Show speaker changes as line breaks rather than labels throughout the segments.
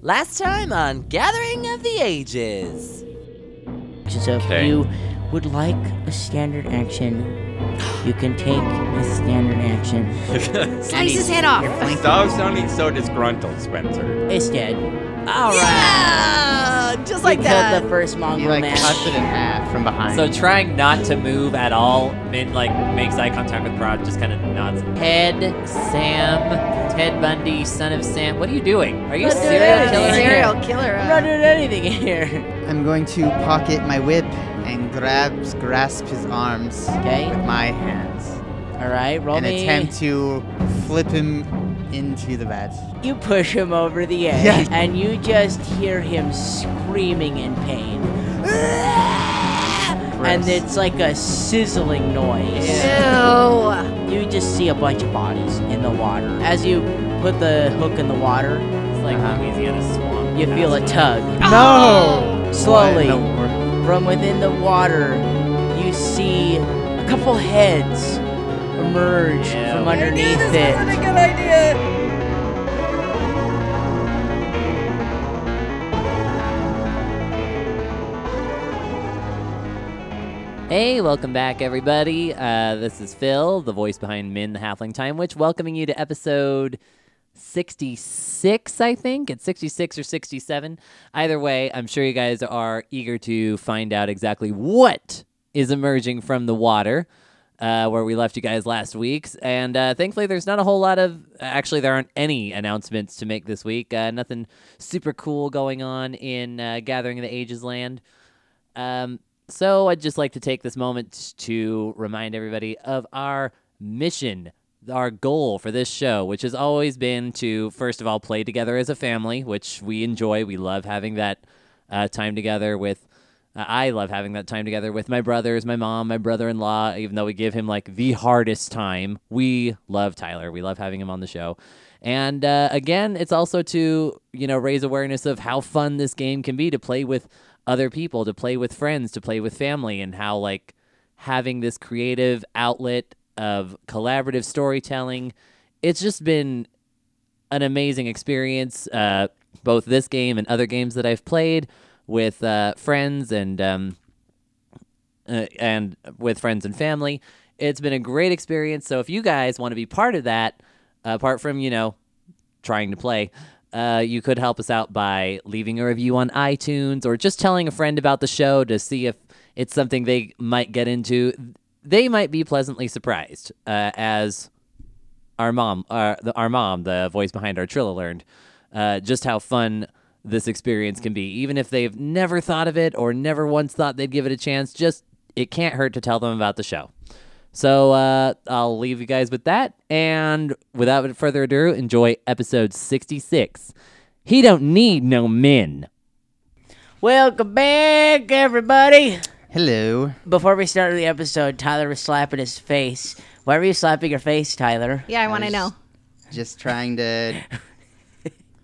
Last time on Gathering of the Ages.
So if
Okay.
you would like a standard action, you can take a standard action.
Slice his head off.
Dogs don't eat so disgruntled, Spencer.
It's dead.
All right.
Yeah! Just like
you
that.
killed the first mongrel
like
man.
cuts it in half from behind.
So trying not to move at all, Min like makes eye contact with Prod, just kind of nods. Ted, Sam, Ted Bundy, son of Sam. What are you doing? Are you a
What the
serial
heck?
killer?
Serial killer.
I'm not
uh,
doing anything here.
I'm going to pocket my whip and grabs grasp his arms
Okay.
with my hands
All right, roll
and
me.
attempt to flip him into the bed.
You push him over the edge,
Yeah.
and you just hear him screaming in pain. And
Gross.
it's like a sizzling noise.
Ew.
You just see a bunch of bodies in the water. As you put the hook in the water,
It's like Louisiana swamp.
you feel a tug.
Oh.
No!
Slowly,
What in the wor-
from within the water, you see a couple heads emerge
Ew.
from
I knew
underneath it.
Hey, welcome back, everybody. Uh, this is Phil, the voice behind Min the Halfling Time Witch, welcoming you to episode 66, I think. It's 66 or 67. Either way, I'm sure you guys are eager to find out exactly what is emerging from the water. Uh, where we left you guys last week. And uh, thankfully, there's not a whole lot of. Actually, there aren't any announcements to make this week. Uh, nothing super cool going on in uh, Gathering of the Ages land. Um, so I'd just like to take this moment to remind everybody of our mission, our goal for this show, which has always been to, first of all, play together as a family, which we enjoy. We love having that uh, time together with. Uh, I love having that time together with my brothers, my mom, my brother in law, even though we give him like the hardest time. We love Tyler. We love having him on the show. And uh, again, it's also to, you know, raise awareness of how fun this game can be to play with other people, to play with friends, to play with family, and how like having this creative outlet of collaborative storytelling, it's just been an amazing experience. Uh, both this game and other games that I've played with uh, friends and um, uh, and with friends and family. It's been a great experience. So if you guys want to be part of that, apart from you know trying to play, uh, you could help us out by leaving a review on iTunes or just telling a friend about the show to see if it's something they might get into. They might be pleasantly surprised, uh, as our mom, our, the, our mom, the voice behind our Trilla learned, uh, just how fun this experience can be. Even if they've never thought of it or never once thought they'd give it a chance, just it can't hurt to tell them about the show. So uh, I'll leave you guys with that. And without further ado, enjoy episode 66. He don't need no men.
Welcome back, everybody.
Hello.
Before we start the episode, Tyler was slapping his face. Why were you slapping your face, Tyler?
Yeah, I want to
was-
know.
Just trying to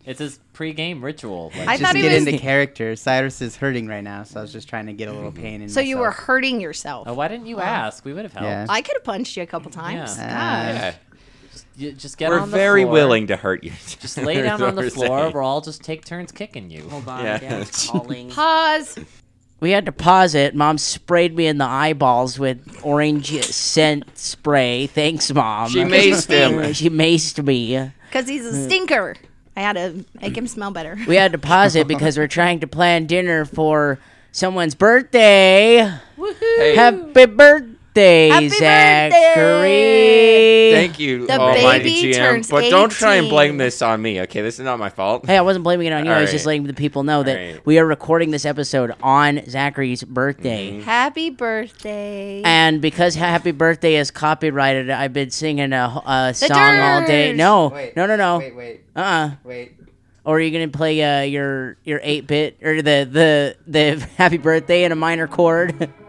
It's his pregame ritual.
I
just
thought he
get
was.
into character. Cyrus is hurting right now, so I was just trying to get a little pain in
So you were
myself.
hurting yourself.
oh, why didn't you ask? We would have helped.
Yeah.
I could have punched you a couple times.
Yeah.
Gosh.
Yeah.
You- just get
We're
on the
very
floor.
willing to hurt you.
Just lay down on the floor. We'll all just take turns kicking you.
Hold on,
Yeah.
Dad's calling.
Pause.
We had to pause it. Mom sprayed me in the eyeballs with orange scent spray. Thanks, Mom.
She maced him.
she maced me.
Because he's a stinker. Hmm. I had to make him smell better.
We had to pause it because we're trying to plan dinner for someone's birthday. Happy birthday,
Happy
Zachary.
Thank you,
The
Almighty
baby
GM.
turns
but don't try and
18.
blame this on me. Okay, this is not my fault.
Hey, I wasn't blaming it on you. I was
All
just
right.
letting the people know that
right.
we are recording this episode on Zachary's birthday.
Happy birthday.
And because Happy Birthday is copyrighted, I've been singing a, a song all day.
dirge.
No,
Wait,
no, no, no.
Wait, wait,
Uh uh
wait.
Or are you gonna play uh, your your eight bit or the the the Happy Birthday in a minor chord?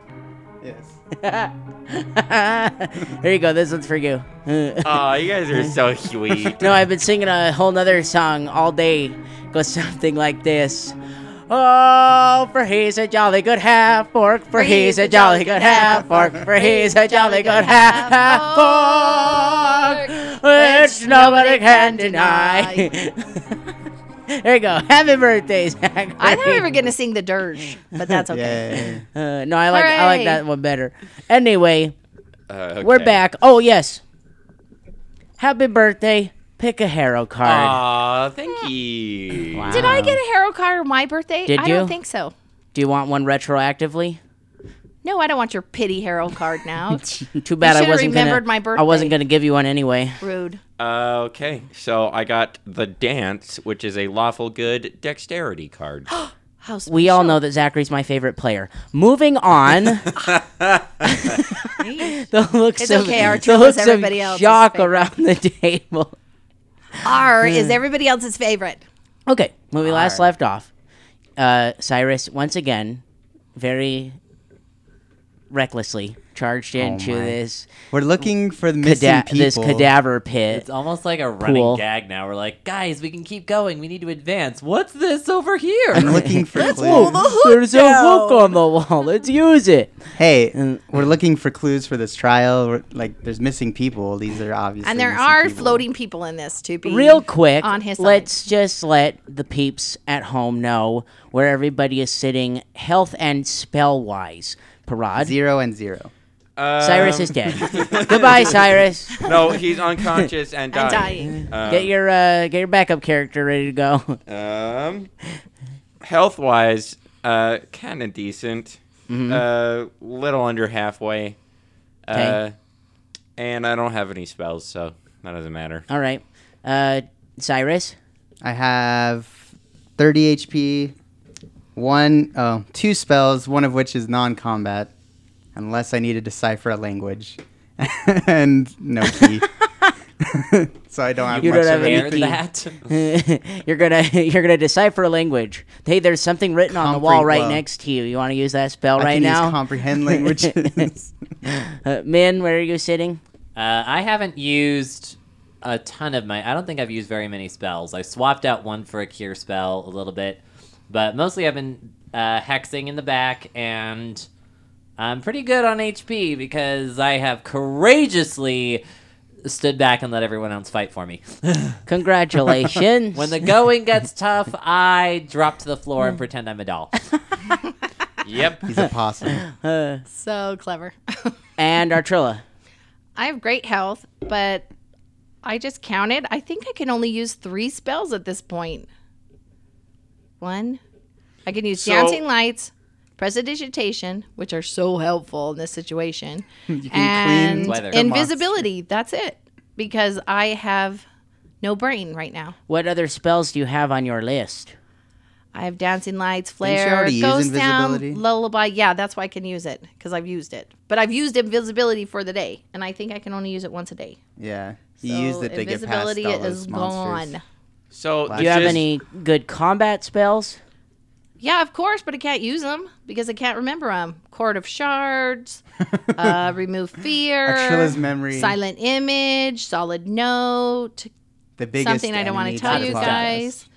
Yes.
Here you go. This one's for you. no,
Oh, you guys are so sweet.
I've been singing a whole nother song all day. Goes something like this. Oh, for he's a jolly good half orc. For he's a jolly good half orc. For he's a jolly good half orc. Which nobody can deny. there you go. Happy birthday, Zachary.
I thought we were gonna sing the dirge, but that's okay.
Yeah.
Uh, no, I like I like
Hooray.
that one better. Anyway,
Uh, okay.
we're back. Oh yes. Happy birthday. Pick a hero card.
Aw, thank you.
Wow.
Did I get a hero card on my birthday?
Did
I
you?
don't think so.
Do you want one retroactively?
No, I don't want your pity hero card now.
Too bad I
shoulda
wasn't gonna-
remembered my
I wasn't
birthday.
gonna give you one anyway.
Rude.
Uh, okay, so I got the dance, which is a lawful good dexterity card.
How
We all know that Zachary's my favorite player. Moving on.
special.
the looks
It's
of
okay, our
the
troop
looks
is everybody
of
else's
shock
favorite.
around the table.
R is everybody else's favorite.
Okay, when we last left off, uh, Cyrus once again, very recklessly
Oh
charged into
my.
this
We're looking for the missing
cada-
people.
this cadaver pit.
It's almost like a running
Cool.
gag now. We're like, guys, we can keep going. We need to advance. What's this over here?
I'm looking for
Whoa,
clues.
Oh, there's a hook on the wall. Let's use it.
Hey, we're looking for clues for this trial. We're, like, there's missing people. These are obviously.
And there
missing
are
people.
floating people in this to be
Real quick,
on his side.
let's just let the peeps at home know where everybody is sitting, health and spell wise. Parad,
Zero and zero.
Um,
Cyrus is dead. Goodbye, Cyrus.
No, he's unconscious and
and
dying.
dying.
Get your uh, get your backup character ready to go.
Um, health wise, uh, kind of decent. Uh, little under halfway. Uh,
Okay.
and I don't have any spells, so that doesn't matter.
All right, uh, Cyrus.
I have 30 HP, one, oh, two spells, one of which is non-combat, unless I need to decipher a language, and no key. so I don't have
You
much.
don't have
of a-
any
Bear
key.
that.
you're gonna you're gonna decipher a language. Hey, there's something written on the wall right
Comprehend- whoa.
next to you. You want to use that spell
I
right
can
now?
use comprehend languages.
uh, Min, where are you sitting?
Uh, I haven't used a ton of my. I don't think I've used very many spells. I swapped out one for a cure spell a little bit, but mostly I've been uh, hexing in the back, and I'm pretty good on HP because I have courageously stood back and let everyone else fight for me.
Congratulations.
when the going gets tough, I drop to the floor and pretend I'm a doll.
Yep.
He's a possum.
So clever.
and Artrilla.
I have great health, but I just counted. I think I can only use three spells at this point. One, I can use
So-
dancing lights, prestidigitation, which are so helpful in this situation,
You
and
can
Weather.
clean
invisibility. That's it, because I have no brain right now.
What other spells do you have on your list?
I have dancing lights,
you
flare,
already use
ghost
invisibility?
town, lullaby. Yeah, that's why I can use it because I've used it. But I've used invisibility for the day, and I think I can only use it once a day.
Yeah, you used it to get past
invisibility
all those
is
monsters.
gone.
So
Do
Do you have
just-
any good combat spells?
Yeah, of course, but I can't use them because I can't remember them. Court of Shards, uh, Remove Fear,
Artrilla's memory,
Silent Image, Solid Note,
the biggest
something I don't want
enemy
to tell
the
you
plot.
guys,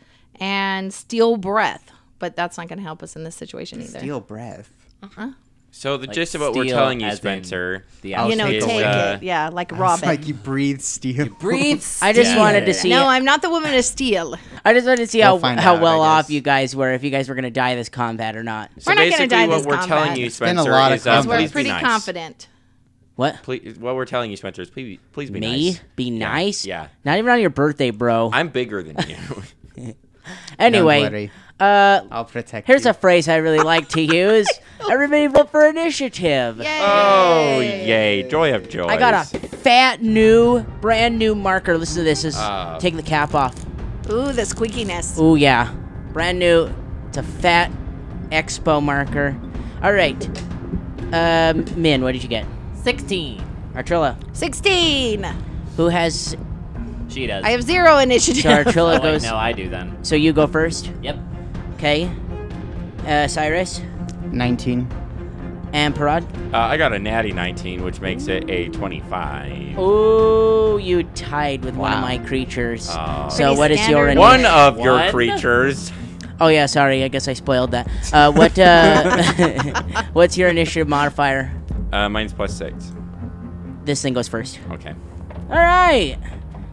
and Steel Breath. But that's not going to help us in this situation either.
Steal breath.
So the gist of what we're
steal
telling you,
as in
Spencer.
The
I'll
you know,
take
take
it.
Uh,
it. Yeah, like
It's
Robin.
like you breathe steel.
Breathe.
I just
steam.
wanted to see.
no, I'm not the woman of steel.
I just wanted to see
We'll
how
find
how
out,
well
I
off
guess.
you guys were, if you guys were gonna die this combat or not.
So
We're not gonna
basically,
die
what
this
we're telling
combat.
you,
been a
Spencer,
lot of
is uh,
combat.
We're
please
pretty
be nice.
confident.
What?
Please, what we're telling you, Spencer, is please, please be
Me?
nice.
Be nice?
yeah.
Not even on your birthday, bro.
I'm bigger than you.
Don't
anyway,
worry,
uh,
I'll protect
here's
you.
a phrase I really like to use. Everybody vote for initiative.
Yay!
oh, yay! Joy of joy.
I got a fat new, brand new marker. Listen to this. this
Ah.
take the cap off.
Ooh, the squeakiness.
Ooh yeah, brand new. It's a fat expo marker. All right, um, Min, what did you get?
16.
Artrilla,
16.
who has?
She does.
I have zero
So
initiative.
Oh,
Artrilla
wait,
goes.
no, I do then.
So you go first,
Yep.
okay? Uh, Cyrus
Nineteen.
and Parad.
Uh, I got a natty 19, which makes it a
Oh,
25.
Ooh, you tied with one of my creatures.
Oh.
so
Pretty
what is your
standard.
initiative?
One of your
One?
creatures.
Oh yeah, sorry. I guess I spoiled that. Uh, what? Uh, what's your initiative modifier?
Uh, mine's plus six.
This thing goes first.
Okay.
All right.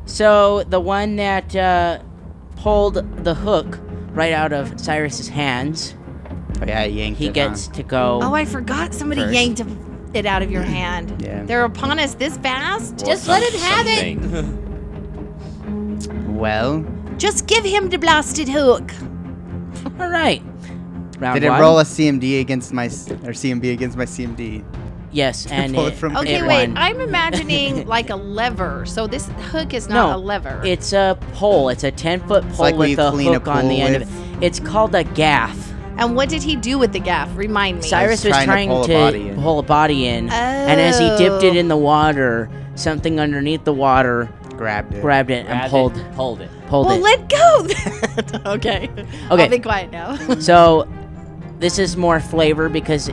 So the one that uh, pulled the hook right out of Cyrus's hands.
Oh, yeah, I yanked
He
it, huh?
gets to go.
Oh, I forgot somebody
First.
yanked it out of your hand.
Yeah.
They're upon us this fast.
Or
Just let it have it.
something.
Well,
Just give him the blasted hook.
All right. Round
did it
one.
roll a CMD against my s- or CMB against my CMD?
Yes, and
pull
it,
it from-
Okay,
it
wait.
won.
I'm imagining like a lever. So this hook is not
No,
a lever.
It's a pole. It's a ten foot pole
like when
with
you
a
clean a
hook on the
pool
end of it. It's called a gaff.
and what did he do with the gaff? Remind me.
Cyrus was trying, to, pull, a body in. and as he dipped
Oh.
it in the water, something underneath the water
Grabbed it.
grabbed it and
Grabbed
pulled
it, pulled it.
pulled
Well,
it.
let go. then. okay.
Okay.
I'll be quiet now.
So this is more flavor because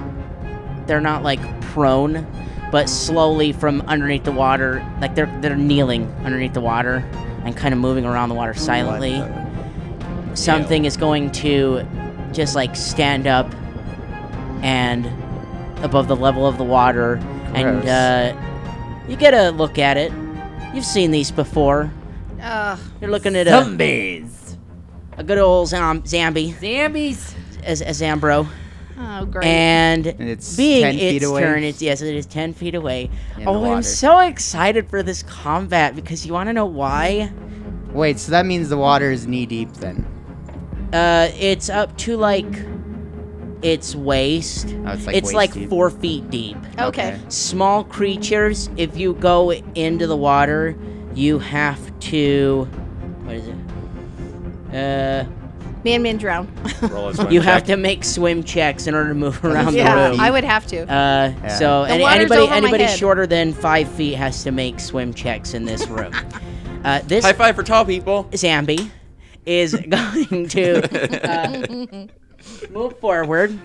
they're not like prone, but slowly from underneath the water, like they're they're kneeling underneath the water and kind of moving around the water silently. Something is going to just like stand up and above the level of the water and
Gross.
uh, you get a look at it. You've seen these before.
Ugh.
You're looking at a,
Zombies.
a good old zom- zombie,
Zombies.
as a Zambro.
oh, great.
And
And it's
being
10 feet
its
away.
turn, it's yes, it is ten feet away.
In the
oh, I'm
water.
so excited for this combat because you want to know why?
Wait, so that means the water is knee deep then?
Uh, it's up to like its waist.
Oh, it's like waist deep.
four feet deep.
okay.
Small creatures. If you go into the water, you have to. What is it? Uh,
Man, man, drown.
Roll a swim
you
check.
have to make swim checks in order to move around the
yeah,
room.
I would have to.
Uh,
Yeah.
so
The
any,
water's
anybody
over my
anybody
head.
shorter than five feet has to make swim checks in this room. uh, this
High five for tall people.
Zambi is going to uh, move forward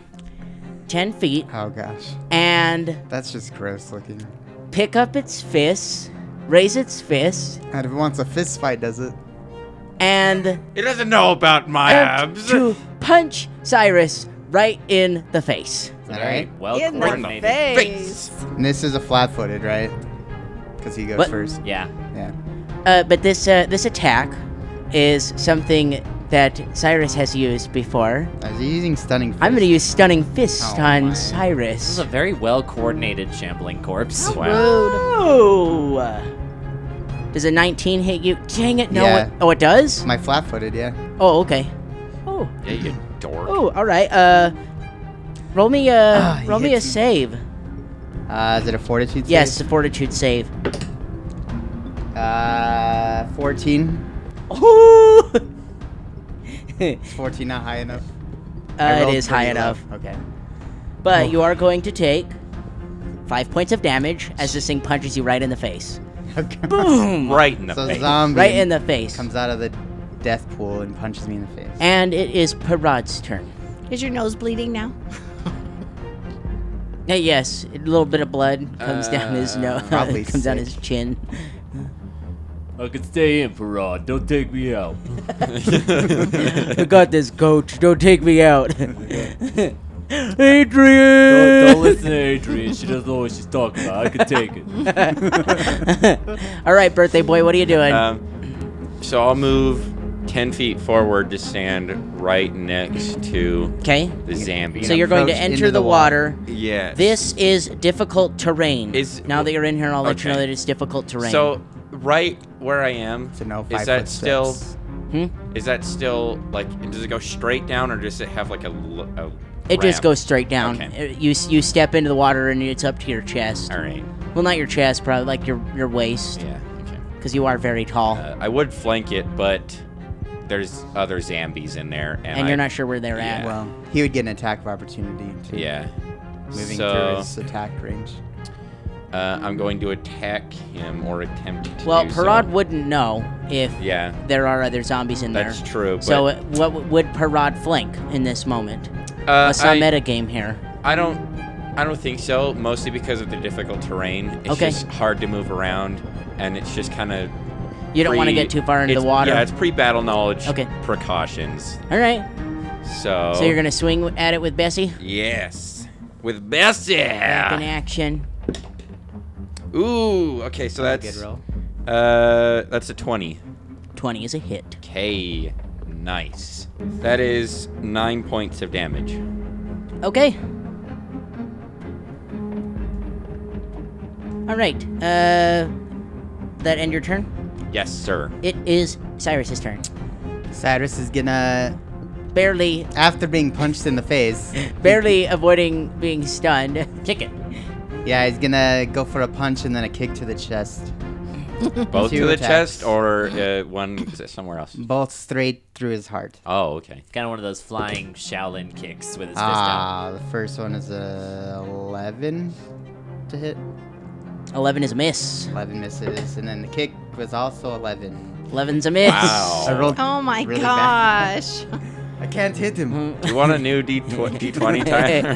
ten feet
Oh gosh,
and
that's just gross looking.
pick up its fist, raise its fist,
And if it wants a fist fight, does it?
and
He doesn't know about my
attempt
abs.
to punch Cyrus right in the face.
All right.
Well
in the
coordinated.
face.
And this is a flat-footed, right? Because he goes
What?
first.
Yeah.
Yeah.
Uh, but this uh, this attack is something that Cyrus has used before.
Is he using stunning?
I'm gonna
first?
use Stunning Fist
Oh
on
my.
This is
Cyrus.
a very well coordinated shambling corpse.
Rude.
Oh! Does a 19 hit you? Dang it, no.
Yeah.
It, oh, it does?
My flat-footed, yeah.
Oh, okay. Oh,
Yeah, you dork.
oh, alright. Uh, roll me a,
Ah, he
roll me a
hits me.
save.
Uh, is it a fortitude? save?
Yes, a fortitude save.
Uh, fourteen.
Oh!
Is fourteen not high enough? I
Uh, it
rolled
is high
pretty low. Oh.
enough.
Okay.
But you are going to take five points of damage as this thing punches you right in the face.
Okay.
Boom!
Right in the
so
face.
zombie
Right in the face.
comes out of the death pool and punches me in the face.
And it is Parad's turn.
Is your nose bleeding now?
Uh, yes, a little bit of blood comes down his
Uh,
nose,
probably
comes down
sick.
his chin.
I could stay in for Rod. Don't take me out.
I got this, coach. Don't take me out.
Don't, don't
Adrian!
listen to Adrian. She doesn't know what she's talking about. I could take it.
All right, birthday boy, what are you doing?
Um, so I'll move ten feet forward to stand right next to
Okay.
the Zambi.
So you're going to
approach
enter
into
the
the water.
water.
Yes.
This is difficult terrain.
Is-
now that you're in here, I'll let you know
okay.
that it's difficult terrain.
So right where I am,
So no five
is that
foot
still?
steps.
Hmm?
Is that still like? Does it go straight down, or does it have like a? l- a
it just
ramp?
goes straight down.
Okay.
Uh, You s- you step into the water and it's up to your chest.
All right.
Well, not your chest, probably like your your waist,
Yeah. Okay.
because you are very tall,
Uh, I would flank it, but there's other zombies in there, and,
and
I-
you're not sure where they're
yeah.
at.
Well, he would get an attack of opportunity too.
Yeah.
Moving
so,
through his attack range.
uh, I'm going to attack him or attempt to.
Well,
do
Parad
so.
wouldn't know if
Yeah,
there are other zombies in
that's
there.
true. But,
So, uh, what w- would Parad flank in this moment?
uh,
What's our
I,
meta game here?
I don't, I don't think so. Mostly because of the difficult terrain. It's
Okay.
just hard to move around, and it's just kind of.
You don't want to get too far into the water.
Yeah, it's pre-battle knowledge.
Okay.
Precautions.
All right.
So.
So you're gonna swing w- at it with Bessie.
Yes. With Bessie.
In action.
Ooh. Okay, so that's
Good roll.
uh, that's a twenty.
Twenty is a hit.
K. Nice. That is nine points of damage.
Okay. All right. Uh, that end your turn.
Yes, sir.
It is Cyrus's turn.
Cyrus is gonna,
Barely,
after being punched in the face,
barely avoiding being stunned.
Kick it.
yeah, he's gonna go for a punch and then a kick to the chest.
Both
Two
to the
attacks.
chest or uh, one somewhere else?
Both straight through his heart.
Oh, okay.
It's kind of one of those flying Shaolin kicks with his
Ah, the first one is a 11 to hit.
Eleven is a miss.
11 misses, and then the kick was also 11.
Eleven's a miss.
Wow.
I rolled.
Oh my
Really bad.
gosh.
I can't hit him.
You want a new D twenty timer?
Uh,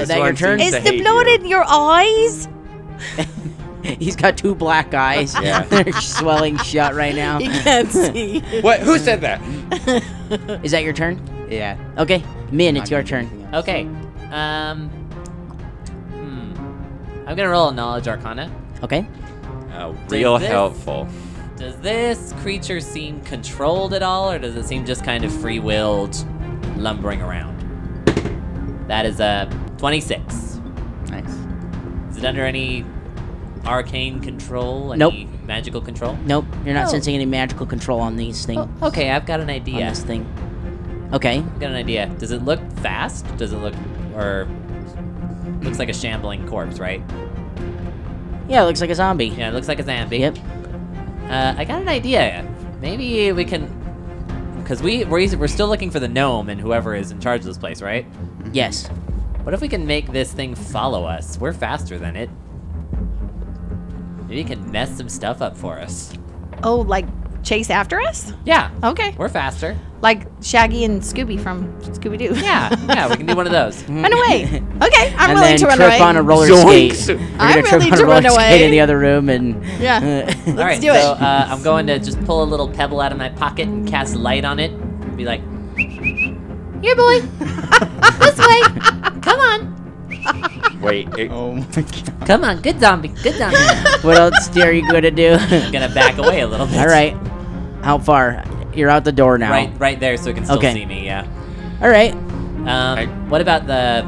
is that your
one
turn?
seems-
Is
to
the
hate
blood
you.
in your eyes?
He's got two black eyes.
Yeah.
They're swelling shut right now.
You can't see.
what? Who said that?
Is that your turn?
Yeah.
Okay. Min,
not
it's your
gonna do
turn.
anything
fist down.
else.
Okay. Um. Hmm. I'm gonna roll a knowledge arcana.
Okay.
Oh, real
this-
helpful.
Does this creature seem controlled at all, or does it seem just kind of free willed, lumbering around? That is a 26.
Nice.
Is it under any arcane control? Any
Nope.
magical control?
Nope. You're not
Oh.
sensing any magical control on these things.
Oh, okay, I've got an idea.
On this thing. Okay.
I've got an idea. Does it look fast? Does it look. or. looks like a shambling corpse, right?
Yeah, it looks like a zombie.
Yeah, it looks like a zombie.
Yep.
Uh, I got an idea. Maybe we can. Because we, we're, we're still looking for the gnome and whoever is in charge of this place, right?
Yes.
What if we can make this thing follow us? We're faster than it. Maybe it can mess some stuff up for us.
Oh, like chase after us?
Yeah.
Okay.
We're faster.
Like Shaggy and Scooby from Scooby Doo.
Yeah. Yeah, we can do one of those.
Run away.
Okay.
I'm
and
willing
then
to run
trip
away.
on a roller
Zoinks.
skate. We're
I'm
gonna trip on
willing
a
to
roller
run
skate
away.
in the other room and uh,
Yeah.
All right.
do it.
so uh, I'm going to just pull a little pebble out of my pocket and cast light on it. Be like,
Here, boy. this way.
come on,
Wait, it,
Oh my god.
come on, good zombie, good zombie. I'm
what else are you gonna do?
gonna back away a little bit.
All right. How far? You're out the door now.
Right, right there, so it can still
Okay.
see me. Yeah.
All right.
Um, what about the?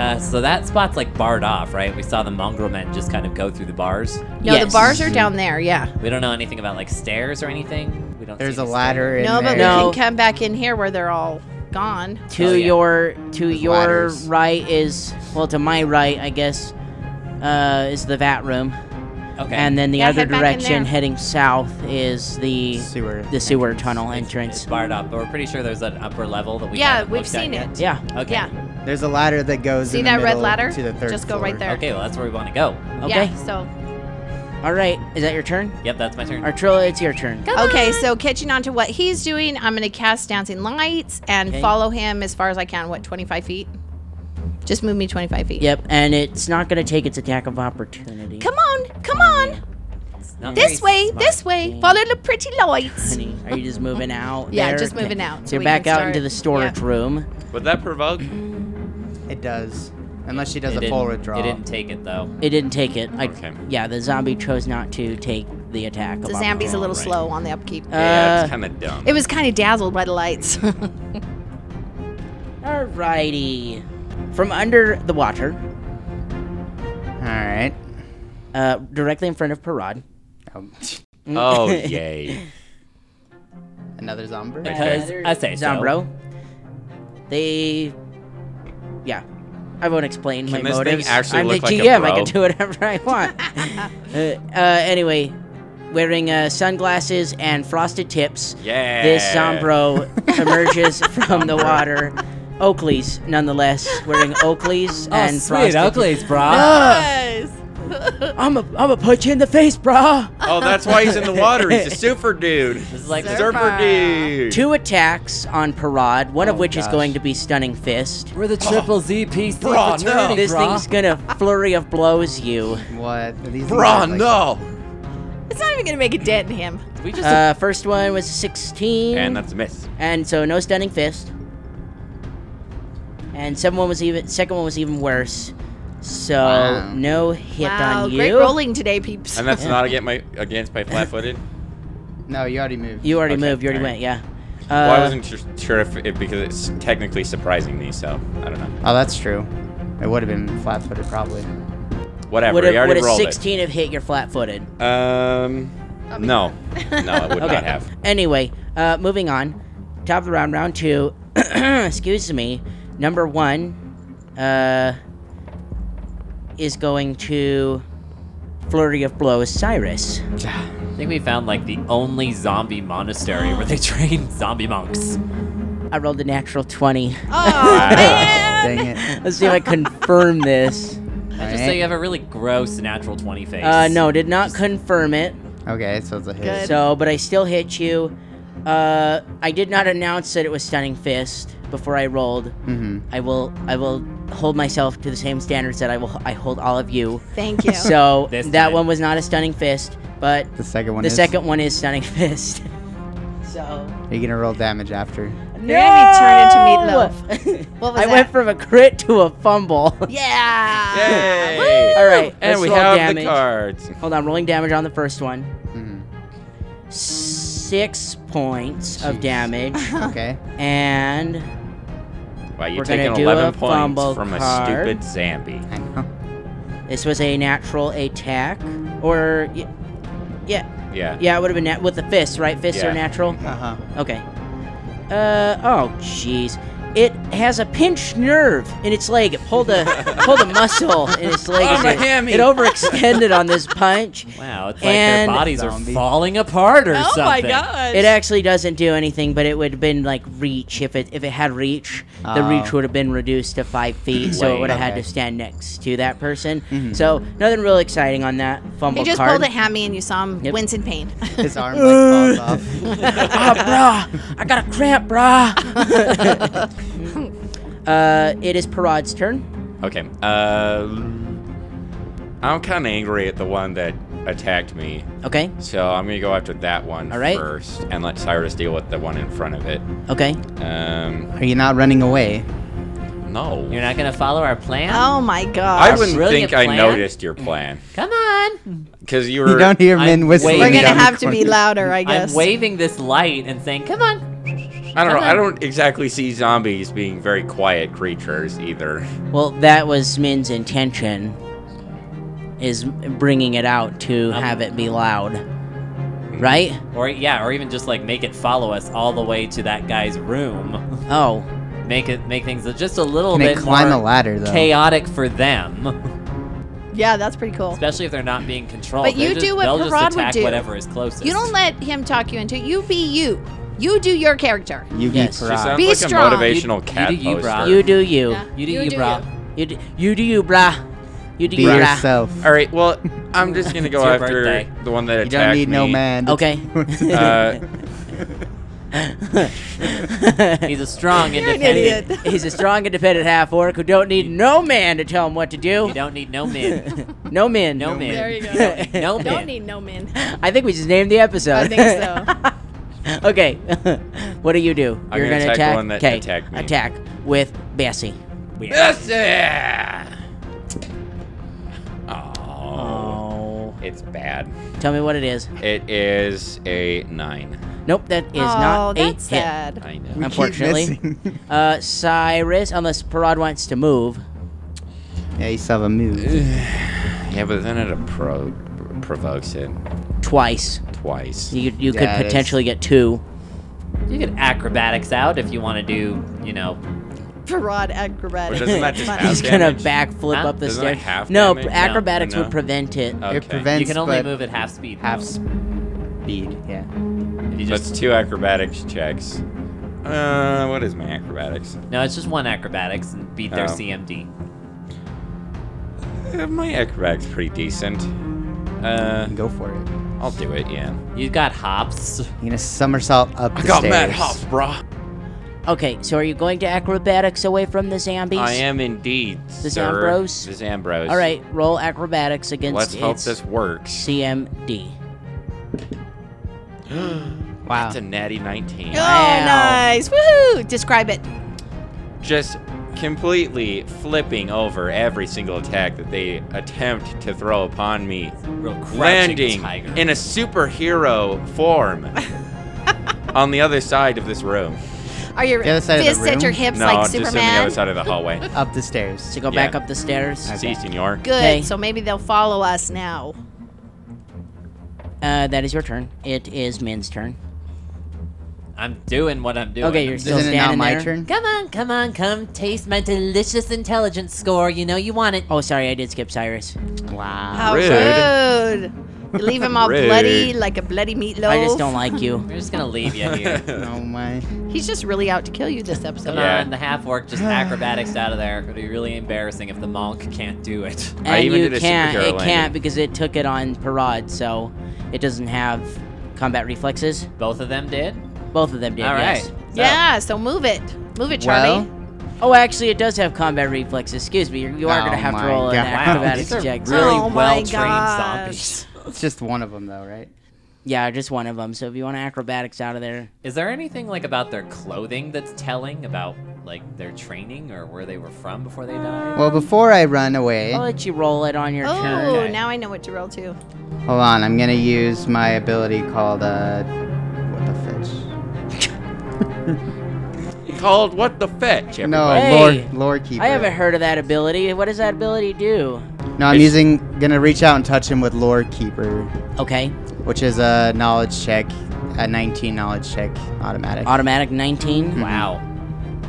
Uh, so that spot's like barred off, right? We saw the mongrel men just kind of go through the bars.
No,
Yes.
the bars are down there. Yeah.
We don't know anything about like stairs or anything. We don't. see
There's a
any
ladder in
No, but
there.
we
No.
can come back in here where they're all gone.
To
Oh, yeah.
your to
There's
your
ladders.
right is well to my right I guess uh, is the vat room,
stairs. Okay.
and then the
Yeah,
other
head back in
direction
there.
heading south is the
Sewer.
the sewer tunnel
It's- It's
entrance.
barred off, but we're pretty sure there's an upper level that we.
yeah,
haven't
we've
looked at
seen
yet.
it.
Yeah.
Okay.
Yeah.
There's a ladder that goes
See
in the
that red
middle
ladder?
to the third
Just go
floor.
right there.
Okay. Well, that's where we want to go.
Okay.
Yeah. So
All right. Is that your turn?
Yep. That's my turn.
Artrilla, it's your turn.
okay, so catching on to what he's doing, I'm gonna cast dancing lights and
Okay.
follow him as far as I can. What 25 feet? Just move me 25 feet.
Yep, and it's not going to take its attack of opportunity.
Come on, come on.
It's not
This
very
way,
smart.
this way. Follow the pretty lights.
Honey, are you just moving out?
Yeah,
there?
just
Okay.
moving out
So
so
you're
we
back
can
out
start-
into the storage
yeah.
room.
would that provoke?
It does. Unless she
It
does a
didn't-
full withdrawal.
It didn't take it though.
It didn't take it. I,
Okay.
Yeah, the zombie chose not to take the attack.
The
of
Zambi's a
opportunity.
little
Alright.
slow on the upkeep.
yeah,
Uh,
it's kind of dumb.
It was kind of dazzled by the lights.
Alrighty. From under the water,
All right.
uh, directly in front of Parad.
Oh,
oh yay!
another zombie.
Because I say so.
Zombro. They. Yeah. I won't explain
Can
my
this thing
motives.
actually
I'm
look
the
like a
GM. I
bro?
can do whatever I want. uh, uh, anyway, wearing uh, sunglasses and frosted tips,
Yeah.
this Zombro emerges from the water. Oakley's, nonetheless, wearing Oakley's
Oh,
and
sweet
frosted.
Oakley's, bro.
yes.
I'm a, I'm a punch you in the face, brah.
Oh, that's why he's in the water. He's a super dude.
This is like
Surf-
Surfer dude.
Two attacks on Parad, one of
Oh,
which is
gosh.
going to be stunning fist.
We're the triple Z piece
Bruh, no.
This thing's gonna flurry of blows you.
What? Are these
Bruh,
things like-
no.
It's not even gonna make a dent in him.
We just
Uh, first one was 16.
And that's a miss.
and so no stunning fist. And second one was even second one was even worse. So
Wow.
no hit
wow,
on you.
great rolling today, peeps.
Uh,
And that's not against my against my flat-footed.
No, you already moved.
You already
Okay,
moved. You already went.
alright.
Yeah. Uh,
well, I wasn't su- sure if it because it's technically surprising me, so I don't know.
Oh, that's true. It would have been flat-footed probably.
Whatever.
would
we
a,
already
would a
rolled
16 have hit your flat-footed?
it. Um. No. No, it would not have.
Anyway, uh, moving on. Top of the round, round two. excuse me. Number one uh, is going to flurry of blows, Cyrus.
I think we found like the only zombie monastery where they train zombie monks.
I rolled a natural 20.
Oh,
Dang it.
Let's see if I confirm this.
I just
Alright.
say you have a really gross natural 20 face.
Uh, no, did not confirm it.
Okay, so it's a hit.
Good.
So, but I still hit you. Uh, I did not announce that it was stunning fist before I rolled.
Mm-hmm.
I will, I will hold myself to the same standards that I will, I hold all of you.
Thank you.
So
This
that
time.
one was not a stunning fist, but
The second one.
the
is,
second one is stunning fist. so
Are you gonna roll damage after?
You're gonna be turned into meatloaf.
What was
I
that?
went from a crit to a fumble.
Yeah.
Yay!
All right,
And
let's
we
roll
have
damage.
the cards.
Hold on, rolling damage on the first one.
Mhm.
Six points of
Jeez.
damage,
Okay.
and
Wow, you're
We're gonna
taking
do
11
a fumble
points from
card.
a stupid zombie.
I know.
this was a natural attack, or y- yeah,
Yeah.
yeah, it would have been nat- with the fist, right? Fists
Yeah.
are natural.
Uh huh.
Okay. Uh oh, jeez. It has a pinched nerve in its leg. It pulled a pulled a muscle in its leg.
Oh,
as
my
it,
hammy.
it overextended on this punch.
Wow, it's like
And-
their bodies
Zombie.
are falling apart or
Oh
something.
my gosh.
It actually doesn't do anything, but it would have been like reach if it if it had reach. The
Oh.
reach would have been reduced to five feet, so it
Wait,
would have had
okay.
to stand next to that person. So nothing real exciting on that fumble
He just
card.
pulled a hammy and you saw him
Yep.
wince in pain.
His arm like falls off.
ah, brah! I got a cramp, brah! uh, it is Parad's turn.
Okay. Uh, I'm kind of angry at the one that attacked me,
Okay,
so I'm gonna go after that one first,
All right.
and let Cyrus deal with the one in front of it.
okay.
Um,
Are you not running away?
no.
You're not gonna follow our plan?
Oh my
I
gosh.
wouldn't
Brilliant
think I
plan.
noticed your plan
Come on!
because you were.
You don't hear
I'm
men whistling.
waving.
We're gonna
down the
have to be
corner.
louder, I
I'm
guess.
waving this light and saying, "Come on!"
I don't know.
Come
I
on.
don't exactly see zombies being very quiet creatures either.
Well, that was Min's intention. Is bringing it out to
Um,
have it be loud, right?
Or yeah, or even just like make it follow us all the way to that guy's room.
Oh,
Make it make things just a little
Can they
bit
climb a
more
ladder though?
chaotic for them,
Yeah, that's pretty cool.
especially if they're not being controlled.
But you
They're just-
do what
they'll just
Parad would
attack
do.
whatever is closest.
You don't let him talk you into it. You be you. You do your character.
You be
Yes.
She sounds
proud.
Be
like
strong.
a motivational
You-
cat
you do you,
poster.
brah.
you do you.
You do you, brah.
You, do, you do you, brah. You do
Be
you, brah.
yourself.
All right. Well, I'm just gonna go
It's your
after
birthday.
the one that
You
attacked
don't need no
me.
man. to-
Okay.
Uh,
He's a strong,
an
independent.
idiot.
He's a strong, independent half orc who don't need no man to tell him what to do.
You don't need no men.
No men.
No men.
There you go.
No
Don't
men.
need no men.
I think we just named the episode.
I think so.
okay. what do you do?
I'm gonna attack the one that
'Kay.
attacked me.
Attack with Bessie.
Yes, yeah. Oh,
Oh.
it's bad.
Tell me what it is.
It is a nine.
Nope, that is
oh,
not a hit.
that's sad.
I
We
know.
keep
Unfortunately.
missing.
Uh, Cyrus, unless Parad wants to move.
yeah, you still have a move.
Yeah, but then it a pro- provokes it
Twice.
twice.
You, you
Yeah,
could
it is.
potentially get two.
You get acrobatics out if you want to do, you know.
Parade
But
acrobatics.
doesn't that just
Funny.
have
He's gonna
damage?
backflip
Huh?
up the
Doesn't
stairs.
it half
no,
damage?
pr-
No,
acrobatics
no.
would prevent it.
Okay.
It prevents.
You can only
but
move at half speed.
half speed. Yeah.
If you
That's
just,
two acrobatics checks. Uh, what is my acrobatics?
no, it's just one acrobatics and beat their
Oh.
CMD.
Uh, my acrobatics pretty decent. Uh,
Go for it.
I'll do it. Yeah.
You got hops.
You're gonna somersault up the stairs.
brah.
Okay, so are you going to acrobatics away from the zombies?
I am indeed.
This
sir.
Ambrose?
This Ambrose.
All right, roll acrobatics against
Let's hope
its
this works.
CMD.
Wow.
That's a natty 19.
Oh, nice. Woohoo. Describe it.
Just completely flipping over every single attack that they attempt to throw upon me,
Real crouching
landing
tiger.
in a superhero form on the other side of this room.
Are your
The other side of the
fists at
room?
your hips
no,
like
just on the
Superman?
other side of the hallway.
Up the stairs.
To go back
Yeah.
up the stairs.
See, senor.
Good.
Okay.
So maybe they'll follow us now.
Uh, that is your turn. It is Min's turn.
I'm doing what I'm doing.
Okay,
I'm
you're
just-
still
Isn't it not
standing
my
there.
turn?
Come on, come on, come taste my delicious intelligence score. You know you want it.
Oh, sorry, I did skip Cyrus.
Wow.
How
Rude.
rude. You leave him all
Rude.
bloody like a bloody meatloaf.
I just don't like you.
We're just gonna leave you here.
Oh my.
He's just really out to kill you this episode.
Come
Yeah.
on, the half work just acrobatics out of there. It'd be really embarrassing if the monk can't do it.
And
I even
you
did a
can't. It
superhero
can't
landing.
because it took it on Parad, so it doesn't have combat reflexes.
Both of them did.
Both of them did.
All right.
Yes.
So,
Yeah, so move it. Move it, Charlie.
Well,
Oh, actually, it does have combat reflexes. Excuse me. You you are
Oh
gonna have to
my
roll an
God. Wow,
Wow,
acrobatics
these are really
check.
Oh my
well trained
gosh.
zombies.
it's just one of them though, right?
Yeah, just one of them. So if you want acrobatics out of there,
Is there anything like about their clothing that's telling about like their training or where they were from before they died?
Well, before I run away,
I'll let you roll it on your turn.
Oh,
Okay.
now I know what to roll too.
hold on. I'm gonna use my ability called uh, what the fish?
Called what the fetch? Everybody.
No,
Hey,
lore, lore keeper.
I haven't heard of that ability. What does that ability do?
No, I'm
It's-
using. Gonna reach out and touch him with lore keeper,
Okay,
which is a knowledge check, a 19 knowledge check, automatic. Mm-hmm.
automatic 19.
wow.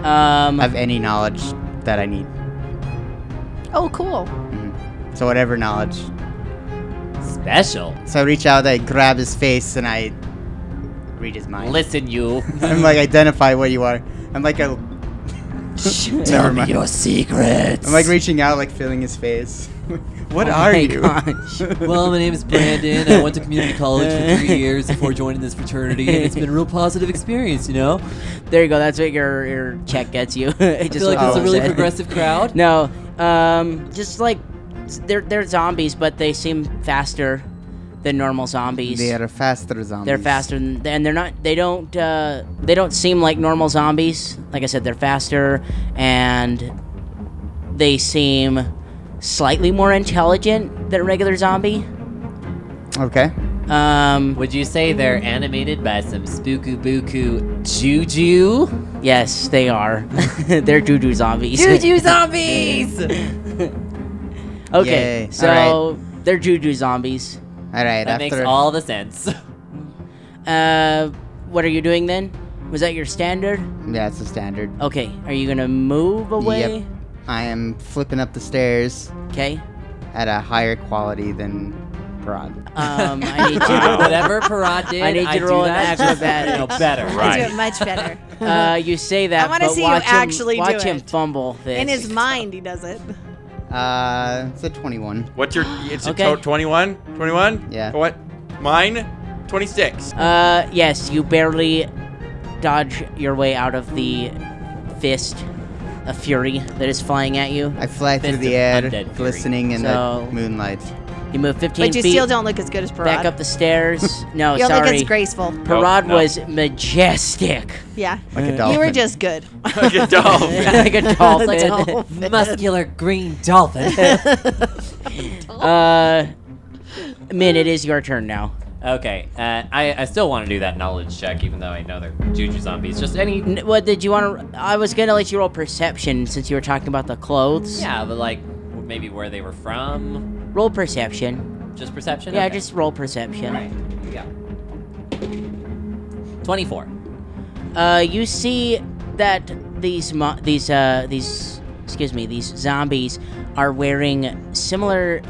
Um,
I have any knowledge that I need.
Oh, cool.
So whatever knowledge.
Special.
So I reach out, I grab his face, and I read his mind.
Listen, you.
I'm like identify what you are. I'm like a. Never mind.
your secrets.
I'm like reaching out, like feeling his face. what
oh
are
my
you?
gosh.
Well, my name is Brandon. I went to community college for three years before joining this fraternity, and it's been a real positive experience, you know?
There you go. That's what your, your check gets you. it
I
just
feel like
what
it's a
it
really
said.
progressive crowd.
No, um, just like s- they're they're zombies, but they seem faster than normal zombies.
They are faster zombies.
They're faster than, and they're not. They don't. Uh, they don't seem like normal zombies. Like I said, they're faster, and they seem slightly more intelligent than a regular zombie.
Okay.
Um,
Would you say they're animated by some spooku buku juju?
yes, they are. they're juju zombies.
Juju zombies!
okay,
Yay.
so
All
they're juju zombies.
All right.
That
after
makes all the sense.
Uh, what are you doing then? Was that your standard?
yeah, it's a standard.
Okay, are you gonna move away?
I am flipping up the stairs
Okay.
at a higher quality than Parad.
Um, I need you.
Wow.
Whatever Parad did,
I need you to
do
roll an
that just, you know,
acrobatics.
better.
I do
Right.
it much better.
Uh, you say that.
I wanna
but
see you
watch him-
actually do
watch him
it.
fumble this.
In his mind, he does it.
Uh, it's a 21.
What's your? It's
Okay.
a to- 21. 21.
Yeah.
What? Mine. 26.
Uh, yes, you barely dodge your way out of the fist of fury that is flying at you.
I fly
Fist
through the
of
air,
undead fury.
glistening in
So-
the moonlight.
You move 15
But you
feet
still don't look as good as Parad.
back up the stairs. No,
you don't look
sorry.
as graceful.
Parad
Nope, no.
was majestic,
Yeah.
Like a dolphin.
You were just good.
Like a dolphin.
like a dolphin.
Like a dolphin.
Muscular green dolphin.
uh, Min, it is your turn now.
okay, uh, I, I still want to do that knowledge check, even though I know they're juju zombies. Just any.
N- What did you want to? I was gonna let you roll perception since you were talking about the clothes.
Yeah, but like maybe where they were from.
Roll perception.
Just perception?
Yeah,
Okay.
just roll perception.
Right. Yeah. 24.
Uh, you see that these mo- these uh these excuse me these zombies are wearing similar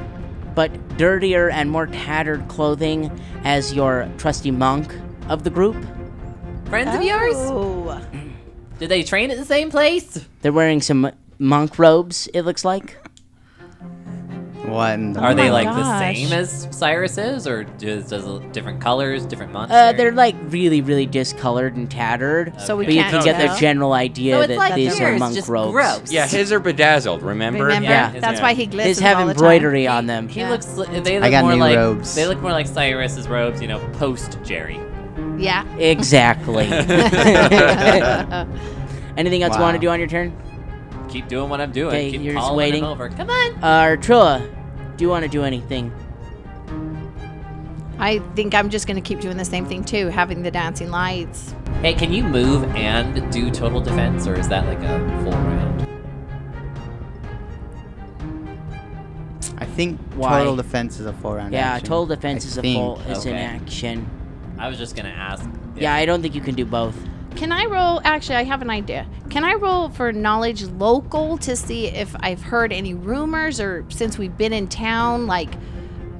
but dirtier and more tattered clothing as your trusty monk of the group.
Friends of yours?
Oh.
Did they train at the same place?
They're wearing some monk robes. It looks like.
What in the
Are
Oh
they
my
like the
gosh.
same as Cyrus's, or does, does it- different colors, different monsters?
Uh, they're like really really discolored and tattered.
So we
But you
can't
can get
tell.
the general idea
so it's
that
like
these are
yours,
monk
just
robes.
gross.
Yeah, his are bedazzled. Remember?
Remember?
Yeah.
That's why he glistens
These have
all the time.
embroidery on them.
He
Yeah.
looks. li- They look
I got
more
new
like
robes.
they look more like Cyrus's robes, you know, post Jerry.
Yeah.
Exactly. Anything else you want to
Wow.
do on your turn?
keep doing what I'm doing.
Okay,
keep
you're just
calling
waiting.
him over. Come on.
Uh, Trilla, do you want to do anything?
I think I'm just going to keep doing the same thing too, having the dancing lights.
Hey, can you move and do total defense, or is that like a full round?
I think
Why?
total defense is a full round.
Yeah,
action.
total defense
I
is a
think.
full is an
Okay.
action.
I was just gonna ask. if-
Yeah, I don't think you can do both.
Can I roll? Actually, I have an idea. Can I roll for knowledge local to see if I've heard any rumors or since we've been in town, like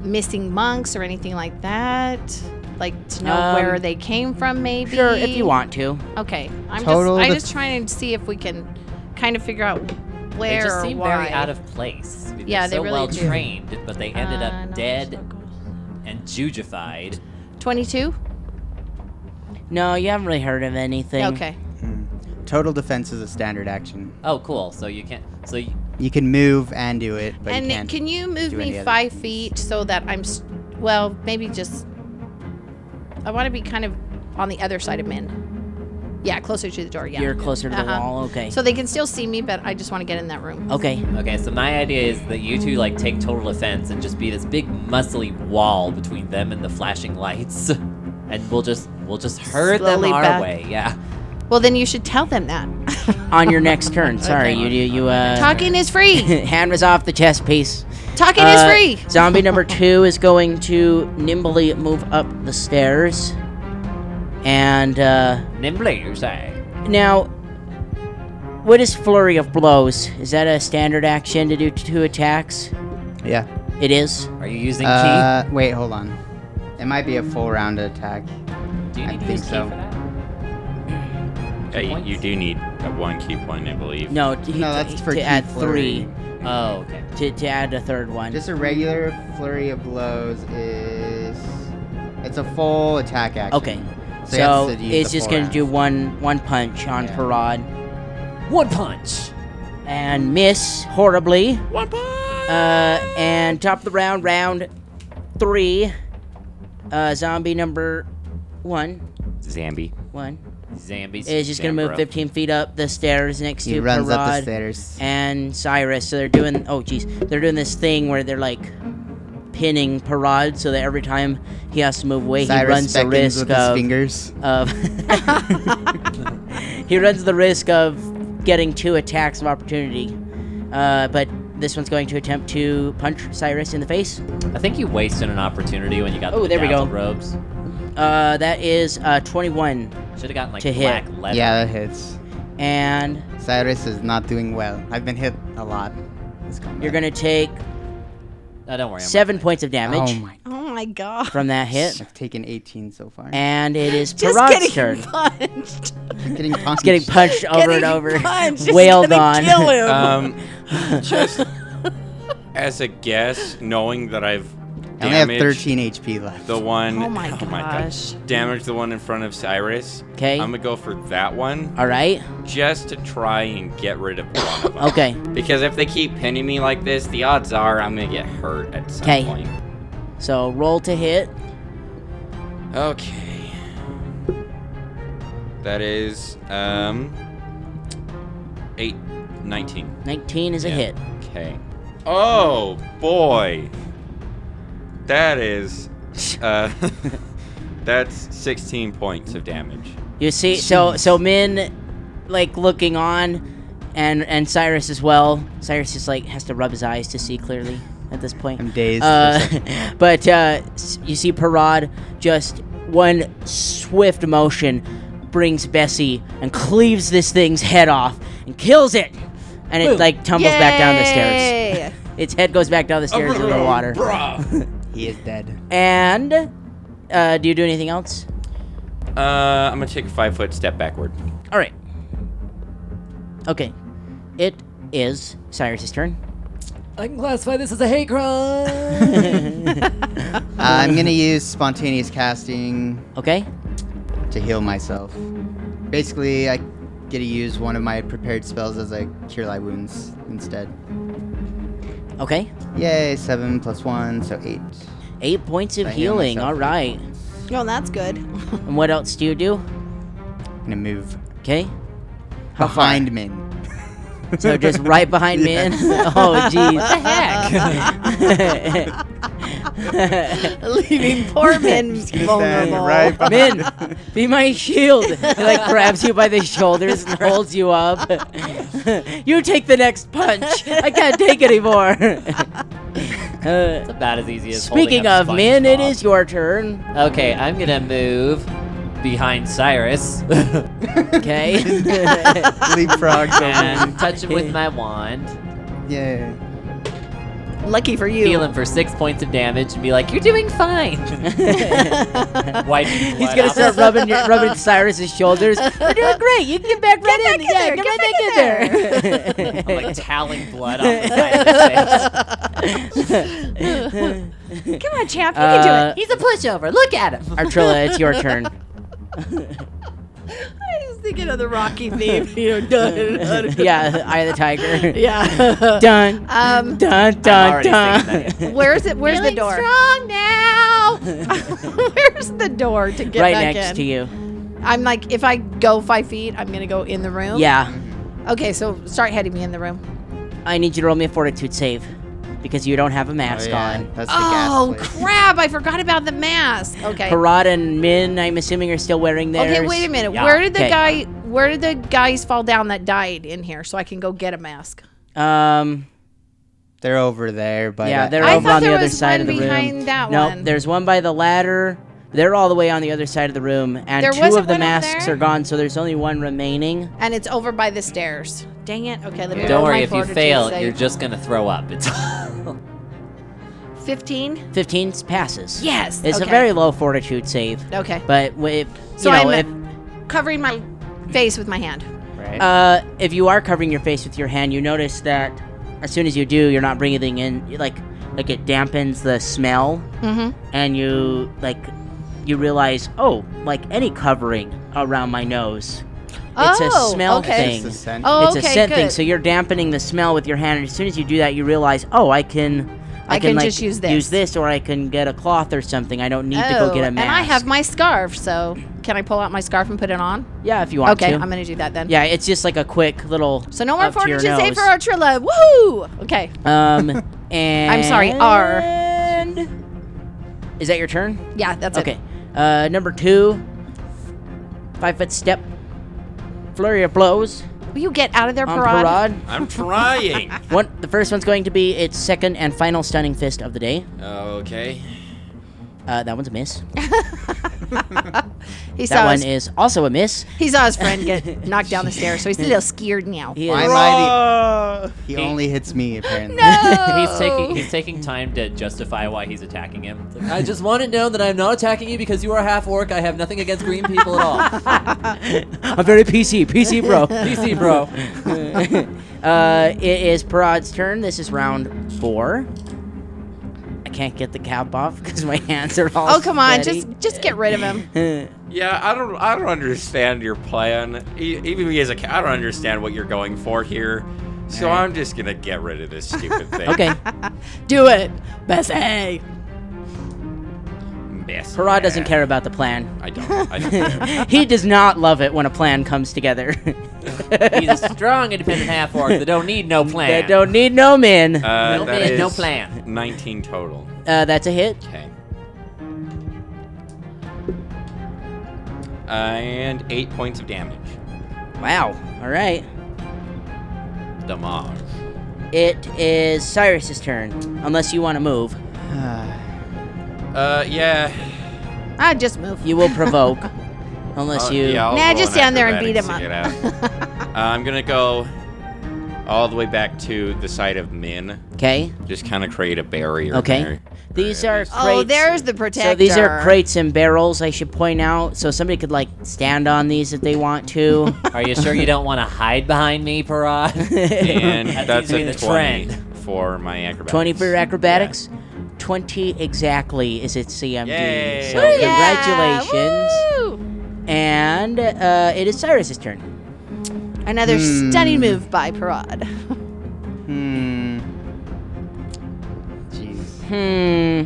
missing monks or anything like that? Like to know
Um,
where they came from, maybe.
Sure, if you want to.
Okay, I'm
Total
just I'm
def-
just trying to see if we can kind of figure out
They
where
just
or
seem
why.
very out of place. They're
Yeah, they
so
really
well
do.
trained, but they ended
Uh,
up
knowledge
dead
local.
and jujified.
22?
No, you haven't really heard of anything.
Okay.
Total defense is a standard action.
Oh, cool. So you can't. So you,
You can move and do it, but
and
you can't.
can you move
do any
me
other
five feet so that I'm, s well, maybe just. I want to be kind of on the other side of Min. Yeah, closer to the door. Yeah.
You're closer to the
Uh-huh.
wall. Okay.
So they can still see me, but I just want to get in that room.
okay.
okay. So my idea is that you two like take total offense and just be this big muscly wall between them and the flashing lights, and we'll just we'll just herd
Slowly
them our
back.
way. Yeah.
Well, then you should tell them that.
On your next turn. Sorry, you you you uh.
Talking is free.
hand was off the chess piece.
Talking
Uh,
is free.
Zombie number two is going to nimbly move up the stairs. And uh,
Nimbly, you say.
now, what is flurry of blows? Is that a standard action to do two attacks?
yeah.
It is.
Are you using
Uh, wait, hold on. It might be a full round attack.
key? Do you
I
need to
think
use key
so.
for that?
Yeah, you,
Points.
you do need a one key point, I believe.
No, to,
No,
to-
that's for
to
key
add
flurry.
three.
Oh, okay.
To, to add a third one.
Just a regular flurry of blows is. It's a full attack action.
okay.
you have
So,
to use
it's
the
just
full
going to do
round.
one one punch on
Yeah.
Parad
One punch.
and miss horribly.
One point!
Uh, and top of the round, round three. Uh, zombie number one,
Zambi.
one
Zambies.
is just gonna move
Zambro.
15 feet up the stairs next
He
to
runs up the
Parad
stairs.
and Cyrus. So they're doing, oh jeez, they're doing this thing where they're like pinning Parad so that every time he has to move away, he
Cyrus
runs the
beckons
risk
with his
of
fingers.
of he runs the risk of getting two attacks of opportunity. Uh, but this one's going to attempt to punch Cyrus in the face.
I think you wasted an opportunity when you got
Oh,
the
there we go.
bedazzled robes.
Uh, that is uh, 21.
Should have gotten like
To hit.
black leather.
Yeah, that hits.
And
Cyrus is not doing well. I've been hit a lot. This combat.
you're going to take
Oh, don't worry. I'm
seven points of
Oh
damage
my!
Oh my god.
from that hit.
I've taken 18 so far.
And it is
Just
Piran's
getting
turn.
punched.
Keep getting punched.
It's getting punched over
Getting
and over,
punched. It's
wailed
gonna
on.
Kill him.
Um, just as a guess, knowing that I've
I only have
damaged
13 HP left.
the one
Oh my gosh.
damage the one in front of Cyrus.
'Kay.
I'm gonna go for that one
All right.
just to try and get rid of one of them.
Okay.
Because if they keep pinning me like this, the odds are I'm gonna get hurt at some
'Kay.
point.
So roll to hit.
Okay. That is um eight nineteen.
19 is a
Yeah.
hit.
Okay. Oh boy. That is uh that's 16 points of damage.
You see, so so Min, like looking on, and and Cyrus as well. Cyrus just like has to rub his eyes to see clearly at this point.
I'm dazed. for a
Uh,
second.
but uh, s- you see Parad just one swift motion brings Bessie and cleaves this thing's head off and kills it, and it like tumbles back down the stairs.
Yay.
Its head goes back down the stairs into the water.
he is dead.
And uh, do you do anything else?
Uh I'm going to take a 5 foot step backward.
All right. Okay. It is Cyrus's turn.
like, I can classify this as a hate crime.
Uh, I'm gonna use spontaneous casting
Okay.
to heal myself. Basically, I get to use one of my prepared spells as a cure light wounds instead.
Okay.
Yay! Seven plus one, so eight.
Eight points of
I heal
healing.
myself.
All right.
Oh, that's good.
And what else do you do?
I'm gonna move
Okay. How far?
behind Min.
So just right behind Min. Oh, jeez.
Leaving poor men vulnerable.
right behind-
Min, be my shield. He like grabs you by the shoulders and holds you up. you take the next punch. I can't take anymore. Uh,
It's about as easy as
speaking
holding up
of Min, it
SpongeBob.
is your turn.
Okay, I'm gonna move behind Cyrus
Okay.
Leapfrogs over.
and touch him with my wand,
Yay. Oh,
Lucky for you.
heal him for six points of damage, and be like, "You're doing fine." Wipe
He's gonna start rubbing your, rubbing Cyrus's shoulders. You're doing great. You can get back right in. yeah,
there,
get,
get
right back, in
I'm
there.
like toweling blood off the side of his face.
Come on, champ. You
Uh,
can do it. He's a pushover. Look at him.
Artrilla, it's your turn.
I was thinking of the Rocky theme. You know, done. done.
yeah, Eye of the Tiger.
Yeah.
Dun
Um,
dun
I'm
dun
already
dun.
thinking that.
where's it? Where's
Feeling
the door?
strong
now. where's the door to get
Right
back
next
in?
to you.
I'm like, if I go five feet, I'm gonna go in the room.
Yeah,
Okay, so start heading me in the room.
I need you to roll me a Fortitude save because you don't have a mask on.
That's the
Oh
gas. place.
crap! I forgot about the mask. Okay.
Parada and Min, I'm assuming, are still wearing theirs.
Okay, wait a minute.
Yeah.
Where did the
Okay.
guy? Where did the guys fall down that died in here? So I can go get a mask.
minute. Um,
They're over there, but
yeah,
uh,
they're
I
over
thought
on the
there
other
was
side of the
one
room.
behind that
nope,
one.
there's one by the ladder. They're all the way on the other side of the room, and
There
two
wasn't
of the
one over
masks
there?
are gone, so there's only one remaining.
And it's over by the stairs. Dang it. Okay, let me.
Don't
roll
worry,
my
if you
fortitude
fail,
save.
you're just gonna throw up. It's
fifteen.
15 passes.
Yes.
It's a
okay.
very low Fortitude save,
Okay.
but w- if
So
you know if
I'm covering my face with my hand.
right.
Uh, if you are covering your face with your hand, you notice that as soon as you do, you're not breathing in. you- Like, like it dampens the smell,
Mm-hmm.
and you like, you realize, oh, like any covering around my nose, it's
Oh,
a smell
okay.
it's
thing.
the scent.
Oh,
it's
okay,
a scent
good.
thing. So you're dampening the smell with your hand, and as soon as you do that, you realize, oh, I can, I,
I can
like,
just use this.
use this, or I can get a cloth or something. I don't need to go
Oh,
get a
And
mask.
I have my scarf, so can I pull out my scarf and put it on?
yeah, if you want
okay,
to.
I'm gonna do that then.
yeah, it's just like a quick little.
So no more
Up to your
fortitude save
nose.
for Artrilla. Woohoo! Okay.
Um, and
I'm sorry, R.
And is that your turn?
Yeah, that's
okay. Uh, number two, five foot step, flurry of blows
it. Will you get out of there,
on
Parad?
Parad.
I'm trying.
One, the first one's going to be its second and final stunning fist of the day.
okay.
Uh, that one's a miss.
He saw
That one
his,
is also a miss.
he saw his friend get knocked down the stairs, so he's a little scared now.
He
Why
is-
am
Uh.
I the- He only hits me apparently.
He's
Oh.
taking he's taking time to justify why he's attacking him. It's like, I just want to know that I'm not attacking you because you are half orc. I have nothing against green people at all.
I'm very PC, PC bro.
DC, bro.
uh, it is Parad's turn. This is round four. I can't get the cap off because my hands are all.
Oh come on,
sweaty.
just just get rid of him.
Yeah, I don't. I don't understand your plan. E- Even me as a cat, I don't understand what you're going for here. So I'm just gonna get rid of this stupid thing.
Okay.
Do it. Best A.
Mess.
Parad doesn't care about the plan.
I don't. I don't care.
he does not love it when a plan comes together.
He's a strong, independent half orc that don't need no plan.
they don't need no men. Uh,
Uh, that
No plan, no
is
plan.
19 total.
that's a hit.
Okay. And eight points of damage.
Wow. All right.
Damage.
It is Cyrus's turn, unless you want to move.
Uh, yeah.
I just move.
You will provoke, unless
Uh,
you.
yeah, I'll
Nah,
roll
just
an
stand there and beat
acrobatics to get out. Uh, I'm gonna go all the way back to the side of Min.
Okay.
Just kind of create a barrier.
Okay.
there.
These
Or at
are
least-
crates.
Oh, there's the protector.
so these are crates and barrels. I should point out. So somebody could like stand on these if they want to.
Are you sure you don't want to hide behind me, Parad?
And
That
that's
seems to be
a
the
20
trend.
for my acrobatics.
20 for your acrobatics. 20 exactly is its CMD.
Yay.
So
Woo!
congratulations. And uh, it is Cyrus's turn.
Another
Hmm.
stunning move by Parad.
Hmm. Jeez.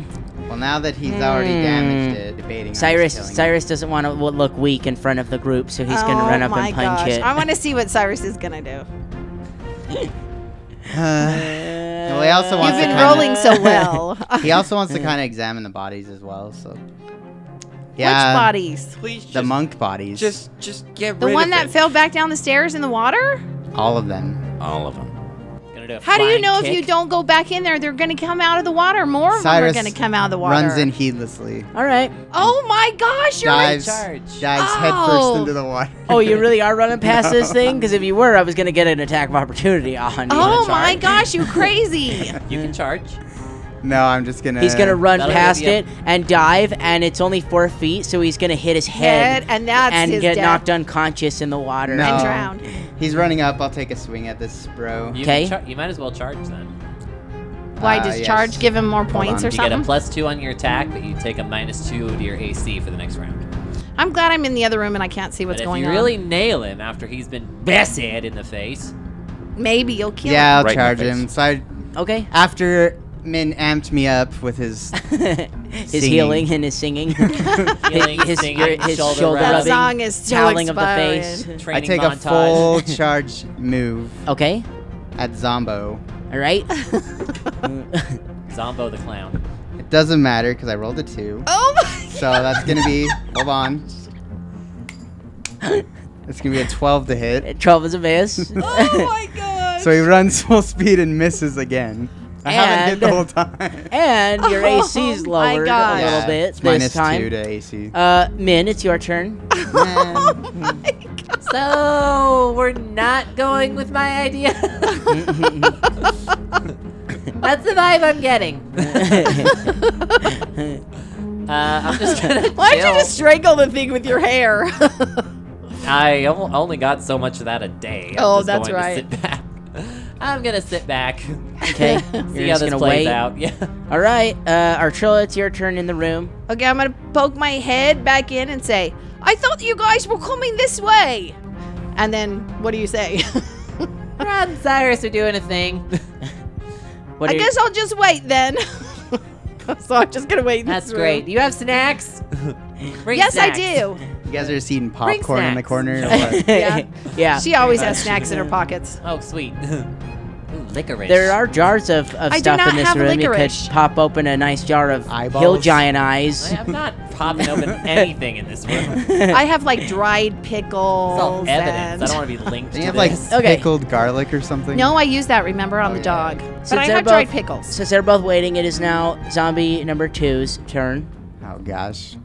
Hmm.
Well, now that he's already damaged it, debating. on just
Cyrus
killing it.
Cyrus doesn't want to look weak in front of the group, so he's going to
oh
run up
my
and punch
gosh.
it.
I want to see what Cyrus is gonna do.
Well, he also
You've
wants to
been
kinda-
rolling so well.
He also wants to kind of examine the bodies as well. So,
Which bodies?
Please just,
The monk bodies.
Just, just get
The
rid
one
of
that
it.
fell back down the stairs in the water?
all of them.
All of them.
Gonna do a
How do you
flying
know if
kick.
you don't go back in there? They're going to come out of the water. More of
Cyrus
them are going to come out of the water.
Runs in heedlessly,
All right.
Oh my gosh, you're
dives,
charge.
dives headfirst
Oh.
into the water.
Oh, you really are running past this thing? Because if you were, I was gonna get an attack of opportunity on you.
Oh my gosh, you crazy.
You can charge.
No, I'm just gonna.
He's gonna run
That'll
past
give you a-
it and dive, and it's only four feet, so he's gonna hit his head
Head, and that's
and
his
get
death.
knocked unconscious in the water.
No.
and drowned.
He's running up. I'll take a swing at this bro.
You,
Okay.
can char- you might as well charge then.
Why
Uh,
does
yes.
charge give him more points
on,
or
You get a
something?
plus two on your attack, but you take a minus two to your AC for the next round.
I'm glad I'm in the other room and I can't see what's
but if
going
you really nail him after he's been bested in the face,
on. Maybe you'll kill
Yeah, I'll
Right in the
charge
face.
him. So I,
Okay.
after Min amped me up with his,
his
Singing.
healing and his singing.
healing,
His-
singing,
his
shoulder
shoulder
him. That
rubbing,
rubbing,
song is so
Howling of the
inspiring.
face.
I
training
take
montage.
a full charge move
Okay.
at Zombo.
All right.
Zombo the clown.
It doesn't matter because I rolled a two.
Oh my
So that's gonna be. Hold on. It's gonna be a 12 to hit.
Twelve is a miss.
Oh my god.
So he runs full speed and misses again. I haven't hit
And-
the whole time.
and your
Oh
AC's
my
lowered a
gosh.
little
Yeah,
bit
it's
this
minus
time.
two to AC.
Uh, Min, it's your turn.
Man.
Oh
So we're not going with my idea. That's the vibe I'm getting. Uh, I'm just gonna.
Why'd you
chill.
just strangle the thing with your hair?
I o- only got so much of that a day. I'm
Oh,
just
that's
going
right.
To sit back. I'm gonna sit back.
Okay.
See
You're
how
just
this
gonna
plays
wait.
out. Yeah.
All right. Uh, Artrilla, it's your turn in the room.
okay, I'm gonna poke my head back in and say, I thought you guys were coming this way. And then what do you say?
Rod and Cyrus are doing a thing.
What
I
are your-
guess I'll just wait then. so I'm just gonna wait. in
That's
this room.
great. Do you have snacks? Bring
Yes,
snacks.
I do.
You guys are just eating popcorn in the
snacks.
corner. or what?
Yeah.
yeah.
She always has snacks in her pockets.
Oh, sweet. Ooh, licorice.
There are jars of, of
I do
stuff
not
in this
have
room. You
licorice.
could pop open a nice jar of hill
Eyeballs.
giant eyes.
I'm not popping open anything in this room. It's
I have like dried
all
pickles.
evidence. I
and-
don't want to be linked
Don't
to
you have like
this.
Okay.
pickled garlic or something?
No, I use that, remember,
Oh,
on the dog. But I
they're
have dried
both-
pickles.
Since they're both waiting, it is now zombie number two's turn. Uh,
Oh gosh.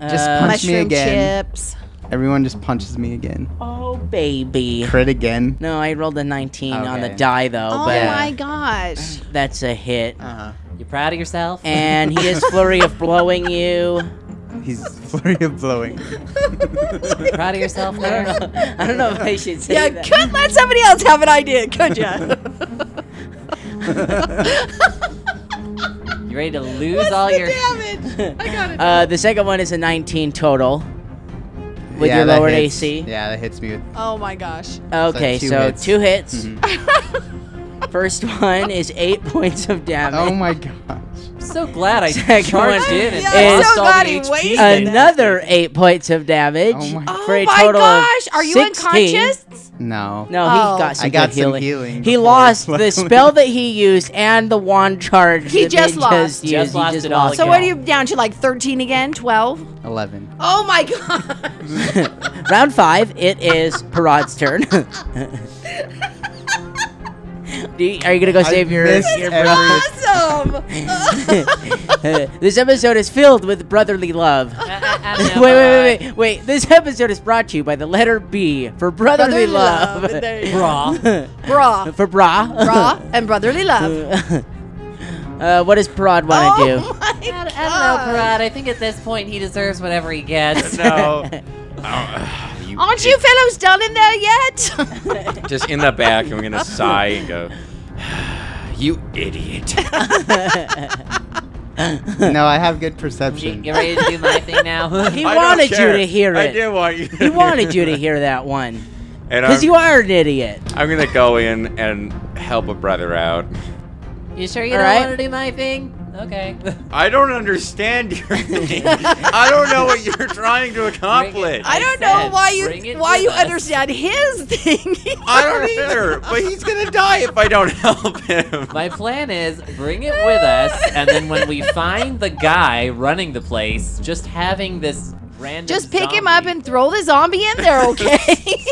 Just
punch me
Mushroom
again.
chips.
Everyone just punches me again.
Oh, baby.
Crit again.
No, I rolled a 19 on the
Okay.
die, though,
Oh
but
my gosh.
that's a hit.
Oh.
Uh-huh.
You proud of yourself?
And he is flurry of blowing you.
He's flurry of blowing.
proud of yourself?
I
there?
don't know. I don't know if I should say
You
that.
could let somebody else have an idea, could you?
You ready to lose all your?
damage? I got it.
Uh, the second one is a 19 total with
Yeah,
your
that
lowered
hits.
AC.
Yeah, that hits me with
oh my gosh.
Okay,
two
so
hits. Mm-hmm.
two hits. First one is eight points of
Oh
damage.
my gosh.
I'm so glad
Oh
I
Second
charged
one
in and
Yeah, I'm
lost
so
all
glad
the
he
HP.
waited.
that-
Another eight points of damage
Oh my-
for a
oh my
total
gosh.
of
Are you
16.
unconscious?
No.
No,
Oh.
he got some
I got
good
some
healing.
healing
he
before,
lost the
luckily.
spell that he used and the wand charge.
He
that
just
Min
lost.
used.
Just
He
lost
just
it all
lost
So
Yeah.
what are you down to, like 13 again? 12?
11.
Oh my gosh.
Round five. It is Parad's turn. Do you- are you gonna go save your?
missed
your
every-
brother?
awesome.
this episode is filled with brotherly love.
I- I
wait,
don't know,
wait, wait, wait, wait. This episode is brought to you by the letter B for brotherly,
Brotherly
love.
love. There you
Bra.
Bra.
for bra.
Bra and brotherly love. Oh
Uh, what does Prod want to do?
my
I don't
Oh.
know, Parad. I think at this point he deserves whatever he gets.
No. Oh, you
Aren't you fellows done in there yet?
just in the back? I'm gonna sigh and go. You idiot.
No, I have good
You,
perception.
you ready to do my thing now?
He
I don't
wanted you
care.
to hear
I did
it.
want you. To
He wanted you to hear that one.
And I'm,
Because you are an idiot.
I'm gonna go in and help a brother out.
you sure you
All
don't
right.
want to do my thing? Okay.
I don't understand your thing. I don't know what you're trying to accomplish.
I don't know
said,
why
bring it
you why
with
you
us.
understand his thing.
I don't either. But he's gonna die if I don't help him.
My plan is bring it with us, and then when we find the guy running the place, just having this random.
Just pick him up
zombie-
and throw the zombie in there, okay?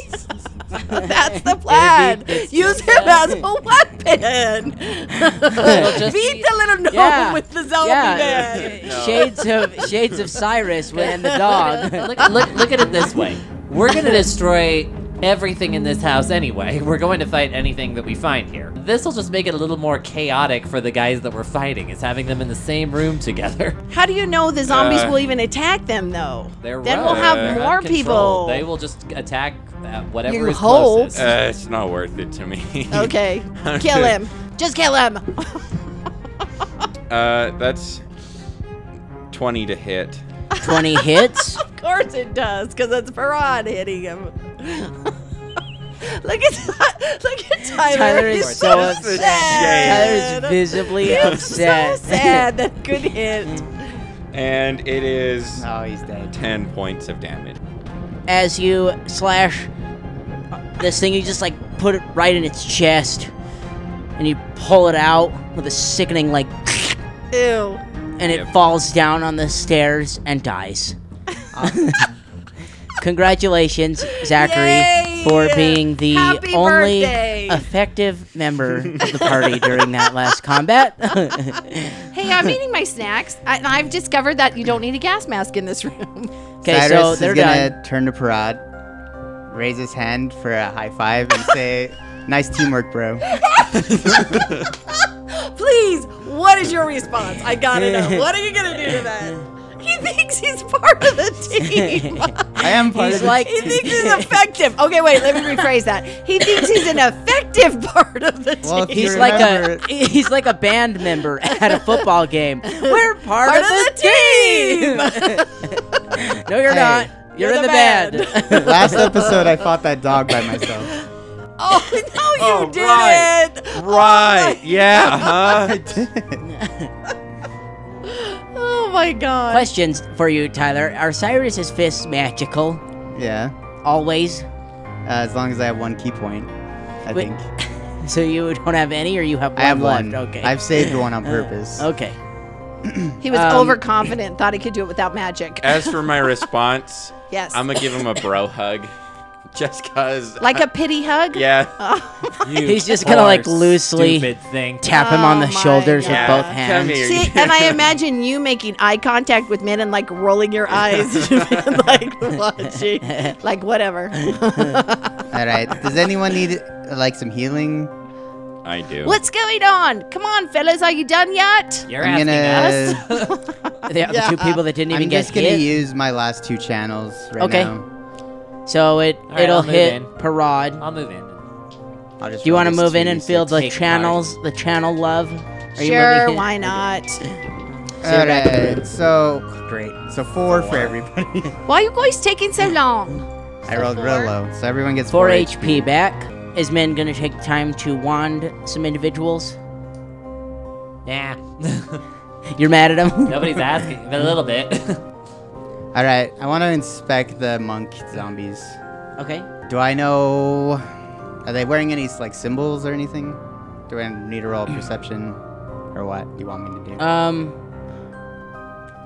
That's the
Lad,
plan.
use him as a weapon.
It'll just
Beat
be-
the little gnome
Yeah.
with the zombie
Yeah.
man.
Shades of Shades of Cyrus and the dog.
look, look, look at it this way. We're gonna destroy everything in this house anyway. We're going to fight anything that we find here. This will just make it a little more chaotic for the guys that we're fighting. Is having them in the same room together.
How do you know the zombies
Uh,
will even attack them, though?
They're
then
rogue.
we'll
They're
have
not
more
controlled.
people.
They will just attack at whatever
You
is
hope.
closest.
Uh, it's not worth it to me.
Okay, kill him. Just kill him.
Uh, that's twenty to hit.
Twenty hits.
of course it does, because it's Farad hitting him. look at look at Tyler.
Tyler is
He's
so
That's the
sad.
Tyler's visibly upset.
So sad. That good hit.
shame. And it is
Oh, he's dead.
ten points of damage.
As you slash this thing, you just like put it right in its chest, and you pull it out with a sickening like,
Ew.
and it
Yep.
falls down on the stairs and dies. Congratulations, Zachary,
Yay!
for being the
Happy
only
birthday!
effective member of the party during that last combat.
Hey, I'm eating my snacks, I, and I've discovered that you don't need a gas mask in this room.
okay,
Cyrus
so
is
they're
gonna
done.
turn to Parad, raise his hand for a high five, and say, "Nice teamwork, bro."
Please, what is your response? I gotta know. What are you gonna do to that? He thinks he's part of the team.
I am part
He's
of the
like,
He thinks he's effective. Okay, wait, let me rephrase that. He thinks he's an effective part of the team.
Well, if you
He's like a
remember-
he's like a band member at a football game. We're part,
part
of,
of
the,
the team.
team. no, you're
Hey.
not. You're, in the, band.
Last episode, I fought that dog by myself.
Oh no, you
Oh,
did
right.
it! Oh
Right? Yeah. Huh?
Oh my god.
Questions for you, Tyler. Are Cyrus's fists magical?
yeah,
Always?
uh, as long as I have one key point, I
Wait,
think
So you don't have any, or you have one
I have
left?
one.
Okay. Oh,
I've saved one on purpose.
okay.
He was
Um,
overconfident, thought he could do it without magic.
As for my response,
Yes.
I'm gonna give him a bro hug, just cause.
like a pity hug?
yeah.
Oh.
You
He's just gonna, like,
poor,
loosely-
stupid thing.
Tap him on
Oh
the
my
shoulders
Yeah,
with both
come
hands.
here.
See, and I imagine you making eye contact with men and like rolling your eyes, and, like watching, like whatever.
All right. Does anyone need uh, like some healing?
I do.
What's going on? Come on, fellas, are you done yet?
You're
I'm
asking
gonna-
us.
They are the two people that didn't even
I'm
get
just gonna
hit.
use my last two channels right
Okay.
now.
So it
right,
it'll
I'll move
hit
in.
Parad.
I'll move in.
I'll just
Do you
roll
want to
this
move in and
2d6.
feel the
Take
channels, the channel love? Are
sure,
moving in?
why not?
All right. So great. So four, for
Four.
everybody.
Why you guys taking so long?
I rolled real low, so everyone gets
Four
four,
HP back. Is Min gonna take time to wand some individuals?
Nah.
You're mad at him.
Nobody's asking. but A little bit.
All right. I want to inspect the monk zombies.
Okay.
Do I know? Are they wearing any like symbols or anything? Do I need to roll perception, or what? You want me to do?
Um.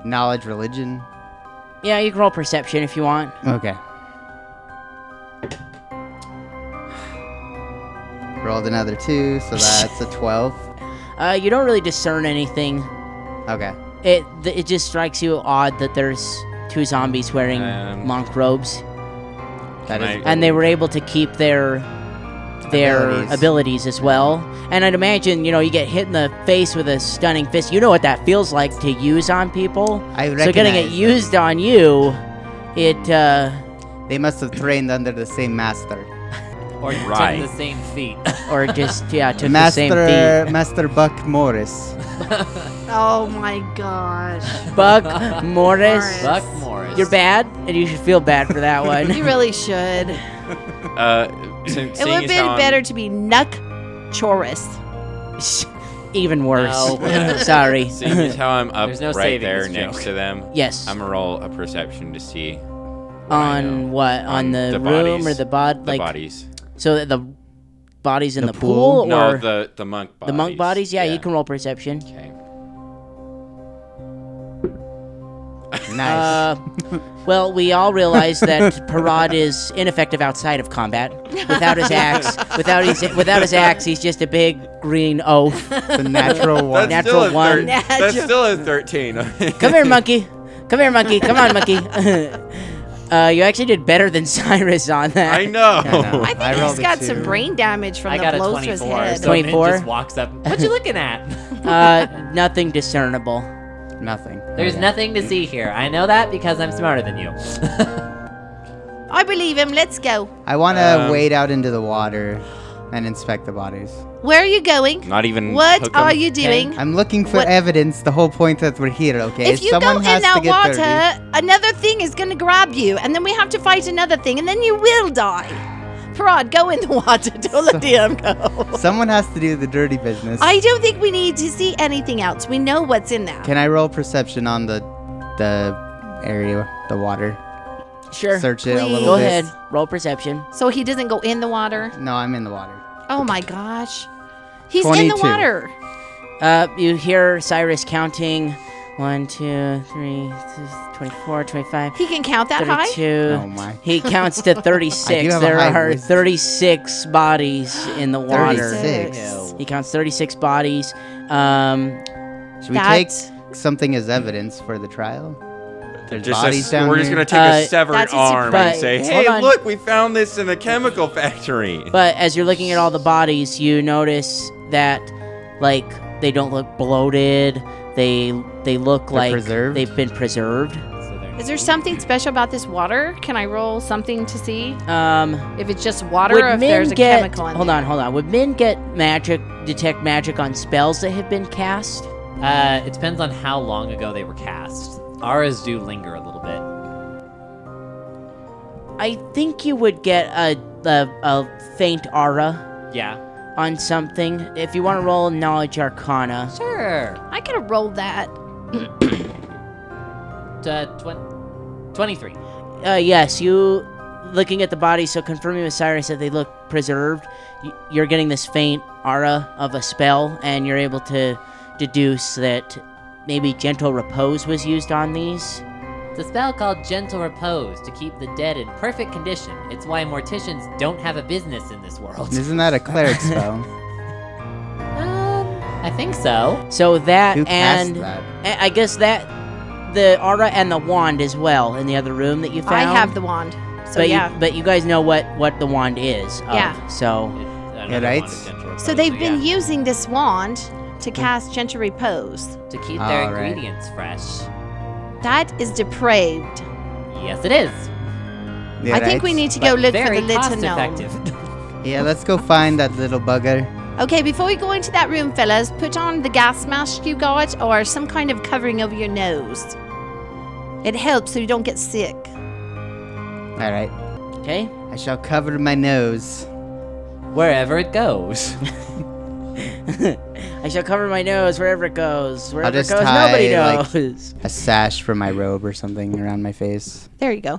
Knowledge, religion.
Yeah, you can roll perception if you want.
Okay. Rolled another two, so that's a 12.
Uh, you don't really discern anything.
Okay.
It th- it just strikes you odd that there's two zombies wearing
Um,
monk robes,
That is.
I-
and they were able to keep their their abilities.
Abilities.
as well. And I'd imagine, you know, you get hit in the face with a stunning fist. You know what that feels like to use on people.
I
So getting it
recognize
used on you, it uh,
them. They must have trained under the same master.
Or you
Right.
took the same feet.
or just yeah took
master,
the same
Master Buck Morris.
Oh my gosh,
feat. Buck Morris,
Morris.
Buck Morris.
you're bad, and you should feel bad for that
you
one.
really should.
Uh, it
It would have been better to be Nuck Chorus.
even worse.
No.
Sorry.
Seeing as how I'm up
There's no
right
saving
there
this
next
joke.
to them,
yes.
I'm gonna roll a perception to see what I
on
know.
what? On,
On
the,
the
room
bodies.
or the bod?
the
like
bodies.
so that the bodies in the,
The
pool,
pool?
or
No, the the monk bodies.
the monk bodies? Yeah, you can roll perception.
Okay.
Nice.
Uh, well, we all realize that Parad is ineffective outside of combat. Without his axe, without his without his axe, he's just a big green oaf.
the natural one.
That's-
still a
Natural one.
thir- that's still a thirteen.
Come here, monkey. Come here, monkey. Come on, monkey. uh, you actually did better than Cyrus on that.
I know.
I think
I
he's
rolled a
got some
two.
brain damage from
I
the
got a
blows to his
24.
head.
So Mint
24?
just walks up. What you looking at?
Uh, nothing discernible.
Nothing.
There's nothing to see here. I know that because I'm smarter than you.
I believe him. Let's go.
I want to
Um,
wade out into the water and inspect the bodies.
Where are you going?
Not even.
What
Mm, hook 'em.
are you doing?
I'm looking for
What-
evidence. The whole point that we're here, okay?
If you
Someone
go in
has
that
to get
water,
dirty.
another thing is going to grab you, and then we have to fight another thing, and then you will die. Parad, go in the water. Don't let DM go.
Someone has to do the dirty business.
I don't think we need to see anything else. We know what's in there.
Can I roll perception on the the area, the water?
Sure.
Search it a
please.
little
Go
bit.
ahead. Roll perception.
so he doesn't go in the water.
No, I'm in the water.
Oh my gosh. He's in the
22.
water.
Uh, you hear Cyrus counting. 1, 2, 3, 24, 25,
He can count that high?
32.
Oh my.
Uh-huh. He counts to 36.
have a
there
high
are
wisdom.
36 bodies in the water.
36.
He counts 36 bodies. Um,
Should we
That's-
take something as evidence for the trial? There's
Just a-
bodies down
we're just
here.
gonna take
Uh,
a severed
that's a
arm and
surprise.
say,
Hold
"Hey,
on.
look, we found this in a chemical factory."
but as you're looking at all the bodies, you notice that, like, they don't look bloated. They they look like
preserved?
they've been preserved.
So there-
Is there something special about this water? Can I roll something to see
Um,
if it's just water or if there's a
get,
chemical in
Hold
there?
on, hold on. Would men get magic, detect magic on spells that have been cast?
Uh, it depends on how long ago they were cast. Ours do linger a little bit.
I think you would get a, a, a faint aura
Yeah.
on something. If you want to roll knowledge arcana,
Sure.
I could have rolled that.
Uh, twen- 23.
uh, yes, you looking at the body. So confirming with Cyrus that they look preserved. y- You're getting this faint aura of a spell, and you're able to deduce that maybe gentle repose was used on these.
It's a spell called Gentle Repose to keep the dead in perfect condition. It's why morticians don't have a business in this world.
Isn't that a cleric spell?
Um, I think so.
So that
Who
and
cast that?
I I guess that the aura and the wand as well in the other room that you found.
I have the wand. So
but
yeah.
you, but you guys know what what the wand is. of,
Yeah.
So
It, I don't
Yeah,
know if I
right?
wanted Gentle Repose,
So they've
but
been
yeah. Mm.
using this wand to cast gentle repose.
to keep their
All right.
ingredients fresh.
That is depraved.
Yes, it is.
Yeah,
I think we
right?
need to go
But
look for
very
the
cost
little gnome.
effective.
Yeah, let's go find that little bugger.
Okay, before we go into that room, fellas, put on the gas mask you got or some kind of covering over your nose. It helps so you don't get sick.
All right.
okay,
I shall cover my nose.
Wherever it goes.
I shall cover my nose wherever it goes. Wherever
just
it goes,
tie,
nobody
like-
knows.
A sash for my robe or something around my face.
There you go.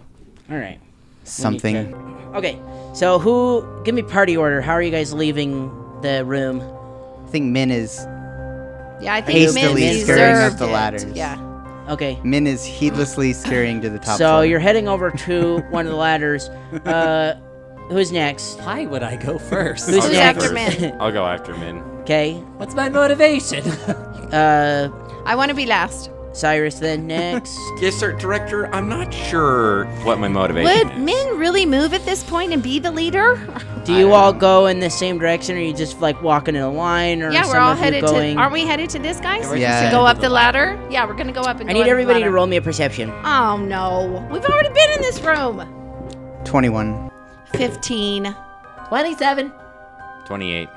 All right.
Something.
Okay. So who? Give me party order. How are you guys leaving the room?
I think Min is
Yeah, I think
Hastily
Min
scurrying up
deserved
the
it.
ladders.
Yeah.
Okay.
Min is heedlessly scurrying to the top.
so
floor.
you're heading over to one of the ladders. Uh, who's next?
Why would I go first?
Who's
I'll go
next?
after
first.
Min?
I'll go after Min.
Okay.
What's my motivation?
Uh,
I want to be last.
Cyrus then next.
Yes, sir, Director. I'm not sure what my motivation is.
Would Min really move at this point and be the leader?
Do you all go in the same direction, or you just like walking in a line, or
yeah,
some
we're all
of you
headed
going?
to. Aren't we headed to this, guys?
We're just
Yeah.
To
headed
go
to
up the ladder?
ladder.
Yeah, we're gonna go up and.
I
go
need
up the
everybody to
ladder.
roll me a perception.
Oh no, we've already been in this room.
21.
Fifteen.
27.
28.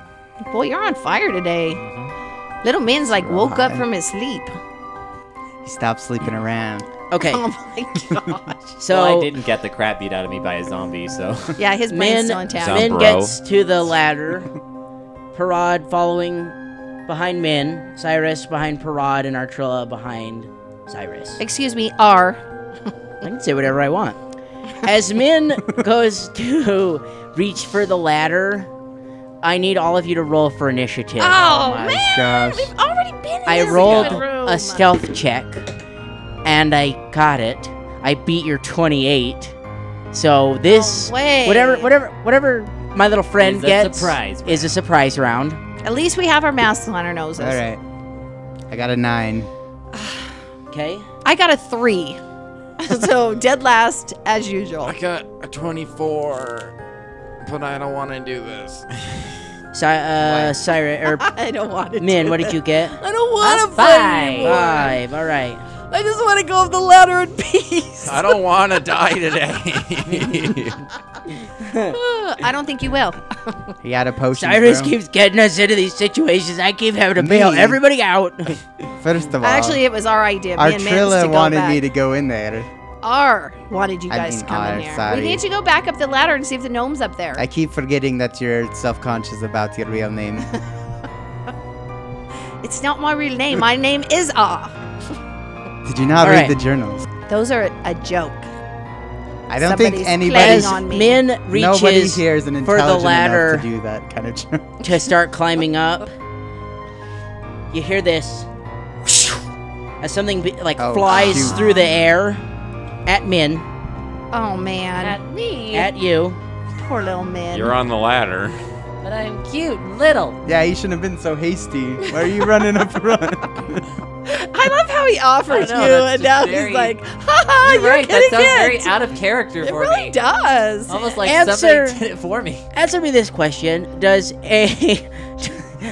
Boy, you're on fire today.
Mm-hmm.
Little Min's like woke up from his sleep.
He stopped sleeping around.
Okay,
Oh my gosh.
so
well, I didn't get the crap beat out of me by a zombie, so.
yeah, his brain's
Min,
still intact.
Sound
Min
bro.
gets to the ladder. Parad following behind Min, Cyrus behind Parad, and Artrilla behind Cyrus.
Excuse me, R.
I can say whatever I want. As Min goes to reach for the ladder, I need all of you to roll for initiative.
Oh,
my
man.
gosh.
We've already been in
I
this
rolled
good room.
a stealth check and I got it. I beat your 28. So this
No way.
whatever whatever whatever my little friend
Is a
gets
surprise
is a surprise round.
At least we have our masks on our noses.
All right. I got a nine.
Okay?
I got a three.
so dead last as usual.
I got a 24, but I don't want to do this.
So uh Syra or
I don't want to.
Min, what did you get?
I don't want to fight
five.
anymore.
Five. All right.
I just want to go up the ladder in peace.
I don't want to die today.
Uh, I don't think you will.
I got a potion.
Cyrus
bro.
keeps getting us into these situations. I keep having to bail
Me.
everybody out.
First of all,
Actually, it was our idea. Me and Mantis to
Artrilla
go
wanted
back.
me to go in there.
R wanted you
I
guys
mean
to come
R,
in here.
sorry.
We need to go back up the ladder and see if the gnome's up there.
I keep forgetting that you're self-conscious about your real name.
it's not my real name. My name is R.
Did you not
All right.
read the journals?
Those are a joke.
I don't
Somebody's
think
playing
anybody,
As
on me.
Min
nobody
reaches
here is an
for the
intelligent
ladder
enough to do that kind of journal.
to start climbing up, you hear this as something be- like
Oh,
flies
shoot.
through the air at Min,
Oh man.
me.
at you.
Poor little man.
You're on the ladder.
But I'm cute and little.
Yeah, you shouldn't have been so hasty. Why are you running up front?
I love how he offers
I know,
you, and now
that's just very-
he's like, "Ha ha,
You're
you're,
right. That
getting
sounds very
it."
out of character
it
for
really
me. Oh
does.
Almost like
Answer-
somebody did it for me.
Answer me this question: Does a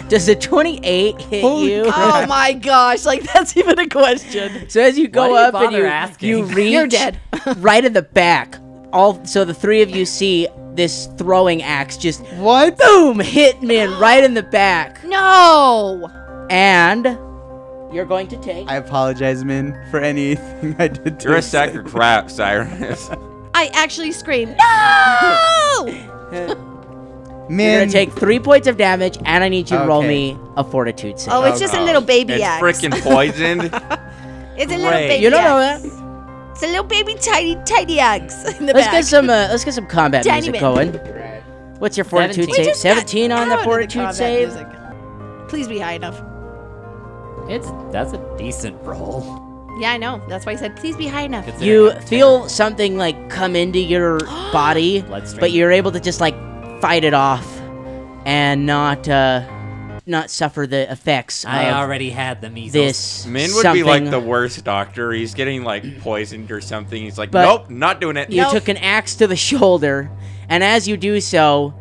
does a twenty eight hit
Holy
you?
oh my gosh, like that's even a question.
So as you
Why
go
do you
up and
bother
you
asking?
you reach,
You're dead.
right in the back. All so the three of you see this throwing axe just
what?
boom hit Min right in the back,
no.
and you're going to take.
I apologize, Min, for anything I did to
You're a
you.
sack of crap, Cyrus.
I actually screamed. No.
Min,
You're gonna take three points of damage, and I need you to roll
Okay.
me a fortitude save.
oh, it's just a little baby
it's
axe.
freaking poisoned.
it's a little
great.
baby.
you don't know
axe.
that.
It's a little baby tiny tiny axe in the
Let's
back.
get some. Uh, let's get some combat
Tiny
music
bit.
going. What's your fortitude
We
save?
just got
Seventeen on
out
the
of the
fortitude
combat
save.
music. Please be high enough.
It's that's a decent roll.
Yeah, I know. That's why I said please be high enough.
You
considering I'm
feel something like come into your body,
Bloodstream.
but you're able to just like fight it off and not uh, not suffer the effects
I
of
already had the measles.
this.
Min would be like
something.
the worst doctor. He's getting like poisoned or something. He's like,
But-
nope, not doing it.
You took an axe to the shoulder, and as you do so,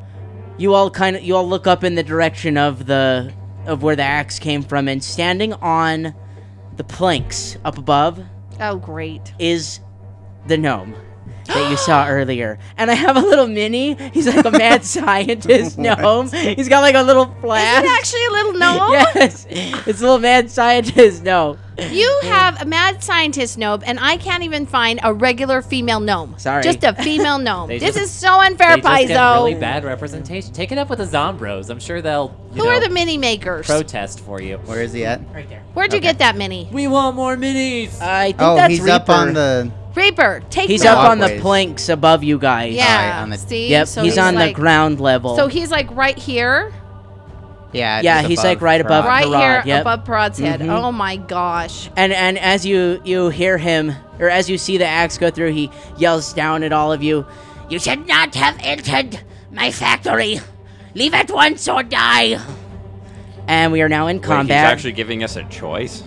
you all kind of you all look up in the direction of the of where the axe came from, and standing on the planks up above
Oh great.
is the gnome that you saw earlier. And I have a little mini. He's like a mad scientist gnome. He's got like a little flash.
Is it actually a little gnome?
Yes, it's a little mad scientist gnome.
You have a mad scientist gnome, and I can't even find a regular female gnome.
Sorry.
Just a female gnome.
They
this
just-
is so unfair,
They just get
Paizo.
really bad representation. Take it up with the Zombros. I'm sure they'll you
Who are
know,
the mini makers?
protest for you.
Where is he at?
Where'd you get that mini?
We want more minis.
I think
Oh,
that's
he's
Reaper.
up on the.
Reaper, take
He's
that.
up on the
Walkways.
planks above you guys.
Yeah.
on the-
see?
Yep,
So
he's on the
like,
ground level.
So he's like right here,
Yeah.
Yeah,
just
he's, like,
above
right above.
Parag.
right
Parad,
here
yep.
above Parad's head.
Mhm.
Oh my gosh.
and and as you you hear him or as you see the axe go through, he yells down at all of you. You should not have entered my factory. Leave at once or die. And we are now in
Wait, he's
combat.
actually giving us a choice.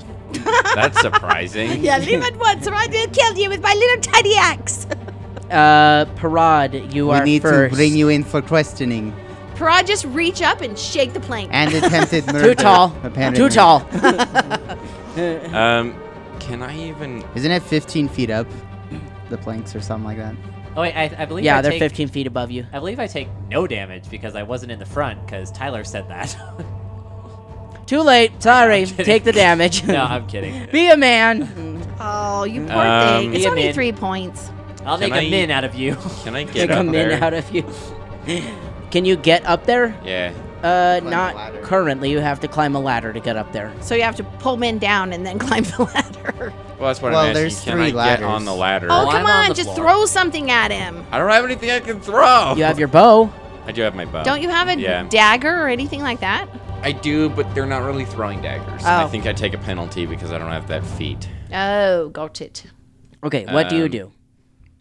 That's surprising.
Yeah, leave at once, or I will kill you with my little tiny axe.
uh, Parad, you
We
are
need
first.
to bring you in for questioning
Parad, just reach up and shake the plank.
and attempted
Too
murder.
tall.
apparently.
Too tall.
Um, can I even?
Isn't it 15 feet up? The planks or something like that.
Oh wait, I, I believe
yeah,
I
they're
take,
15 feet above you.
I believe I take no damage because I wasn't in the front because Tyler said that.
Too late. Sorry.
I'm kidding.
Take the damage.
no, I'm kidding.
Be a man.
Oh, you poor
Um,
thing. It's
Yeah,
only
man.
three points.
I'll
Can
take a
I-
min out of you.
Can I get
Take a
up
min
there?
out of you. Can you get up there?
yeah.
Uh,
a
not
ladder.
currently. You have to climb a ladder to get up there.
So you have to pull men down and then climb the ladder.
Well, that's what
Well,
I'm asking.
there's
Can
three
I get on
ladders.
the ladder?
Oh,
Climb
come
on
on,
the
just
floor.
throw something at him.
I don't have anything I can throw.
You have your bow.
I do have my bow.
Don't you have a
Oh, yeah.
dagger or anything like that?
I do, but they're not really throwing daggers. And I
Oh.
think I take a penalty because I don't have that feat.
Oh, got it.
Okay, what do you
Um,
do?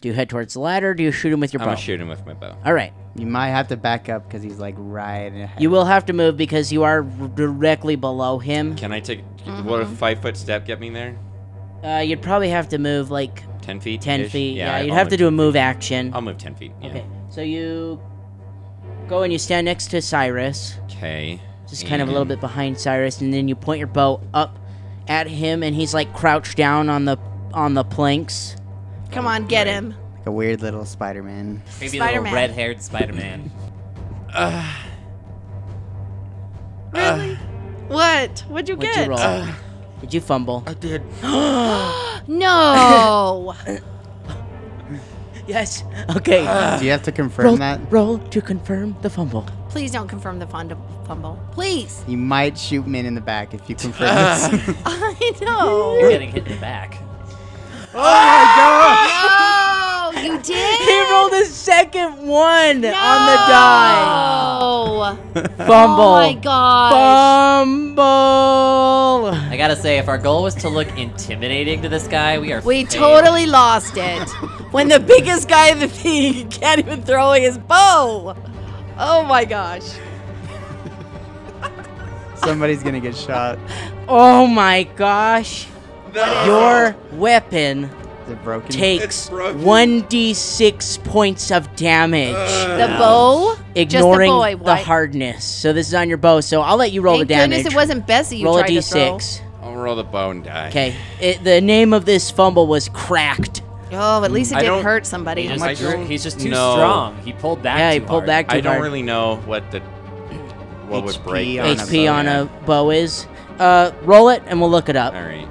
Do you head towards the ladder? Do you shoot him with your
I'm
bow?
gonna shoot him with my bow.
All right.
You might have to back up because he's like right ahead.
You will have to move because you are directly below him.
Can I take?
Mm-hmm.
What a five foot step get me there?
Uh, you'd probably have to move like
Ten feet.
10 feet. Yeah, you'd
I'll
have to
move
do a move action.
I'll move ten feet. Yeah.
Okay, so you go and you stand next to Cyrus,
Okay.
just kind of
Mm-hmm.
a little bit behind Cyrus, and then you point your bow up at him, and he's like crouched down on the on the planks.
Come on, get him.
Like a weird little Spider-Man.
Maybe a
Spider-Man.
little red-haired Spider-Man.
Really? what? What'd you
What'd
get?
you roll? Did you fumble?
I did.
No.
Yes. Okay.
Ah.
Do you have to confirm
roll,
that?
roll to confirm the fumble.
Please don't confirm the fund- fumble. Please.
You might shoot Min in the back if you confirm this.
I know.
You're getting hit in the back.
Oh, you
He
did?
rolled a second one on the die.
Oh.
Fumble.
Oh my gosh.
Fumble.
I gotta say, if our goal was to look intimidating to this guy, we are.
We
failing.
totally lost it.
When the biggest guy in the league can't even throw his bow. Oh my gosh.
Somebody's gonna get shot.
Oh my gosh. Your weapon
Is it broken?
takes
It's broken.
1d6 points of damage,
The bow?
ignoring
just the, boy, what?
hardness. So this is on your bow, so I'll let you roll
Thank
the damage.
goodness it wasn't Bessie you
roll a
tried to
d6.
I'll roll the bow and die.
Okay. It, the name of this fumble was cracked.
throw.
Mm.
Oh, at least it
I
didn't
don't-
hurt
He
somebody.
just-
I don't
he's just too
know.
strong. He pulled back.
yeah,
too
he pulled
hard.
back too
I don't
hard.
really know what the what would
HP
break
on
this,
a
HP
so,
on
yeah.
a bow is. Uh, roll it and we'll look it up.
All right.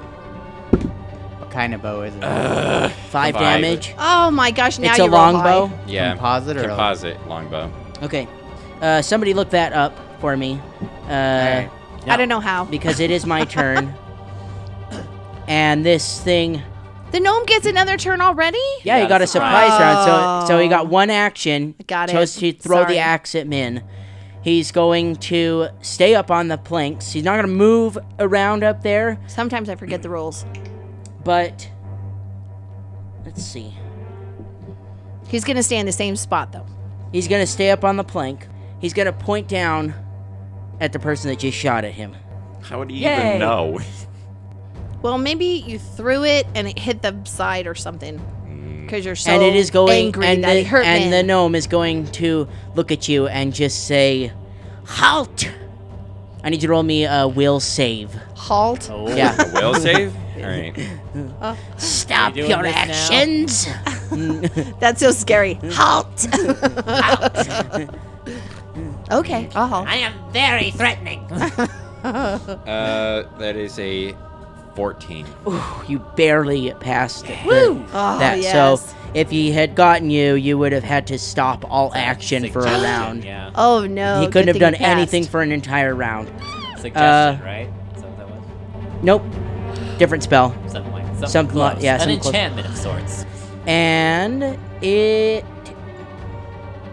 What kind of bow is it?
Five,
Five.
damage.
oh my gosh, now
it's a
you roll high.
longbow.
Yeah.
Composite or a-
composite longbow.
Okay. Uh, somebody look that up for me. Uh,
Alright.
I don't know how.
Because it is my turn. and this thing.
The gnome gets another turn already?
Yeah, he
got
got
a
a surprise round. So, so he got one action.
Oh. Got it.
Chose to throw
Sorry.
the axe at Min. He's going to stay up on the planks. He's not going to move around up there,
Sometimes I forget the rules.
but. Let's see.
He's going to stay in the same spot, though.
He's going to stay up on the plank. He's going to point down at the person that just shot at him.
How would he
Yay.
even know?
Well, maybe you threw it and it hit the side or something. Because you're so
Mm. and it is going
angry
and
that
the,
it hurt
and
men.
the gnome is going to look at you and just say halt i need you to roll me a will save
halt.
yeah
A will save? All right.
stop
doing
your
this now?
actions
That's so scary. halt. okay, I'll halt.
I am very threatening.
Uh, that is a 14.
you barely passed it
Oh,
that
yes.
so if he had gotten you you would have had to stop all action for a
Suggestion,
round
Yeah.
oh, no.
he
good
couldn't have
thing
done
you passed.
anything for an entire round
Suggestion,
Uh,
right? Is that what that was?
nope different spell
Something like something,
something
close.
like- yeah,
an
something close.
enchantment of sorts.
and it.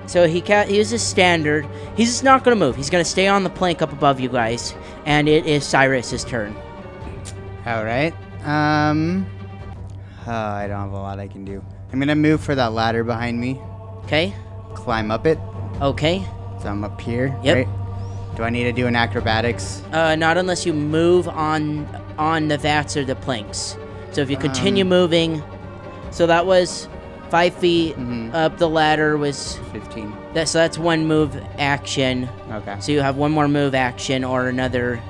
So he ca- he uses standard. He's just not gonna move. He's gonna stay on the plank up above you guys, and it is Cyrus's turn.
All right. Um. oh, I don't have a lot I can do. I'm gonna move for that ladder behind me.
Okay,
Climb up it.
okay.
So I'm up here.
Yep.
Right? Do I need to do an acrobatics?
Uh, not unless you move on on the vats or the planks. So if you continue moving, so that was five feet up the ladder was
Fifteen.
that. So that's one move action.
Okay.
So you have one more move action or another,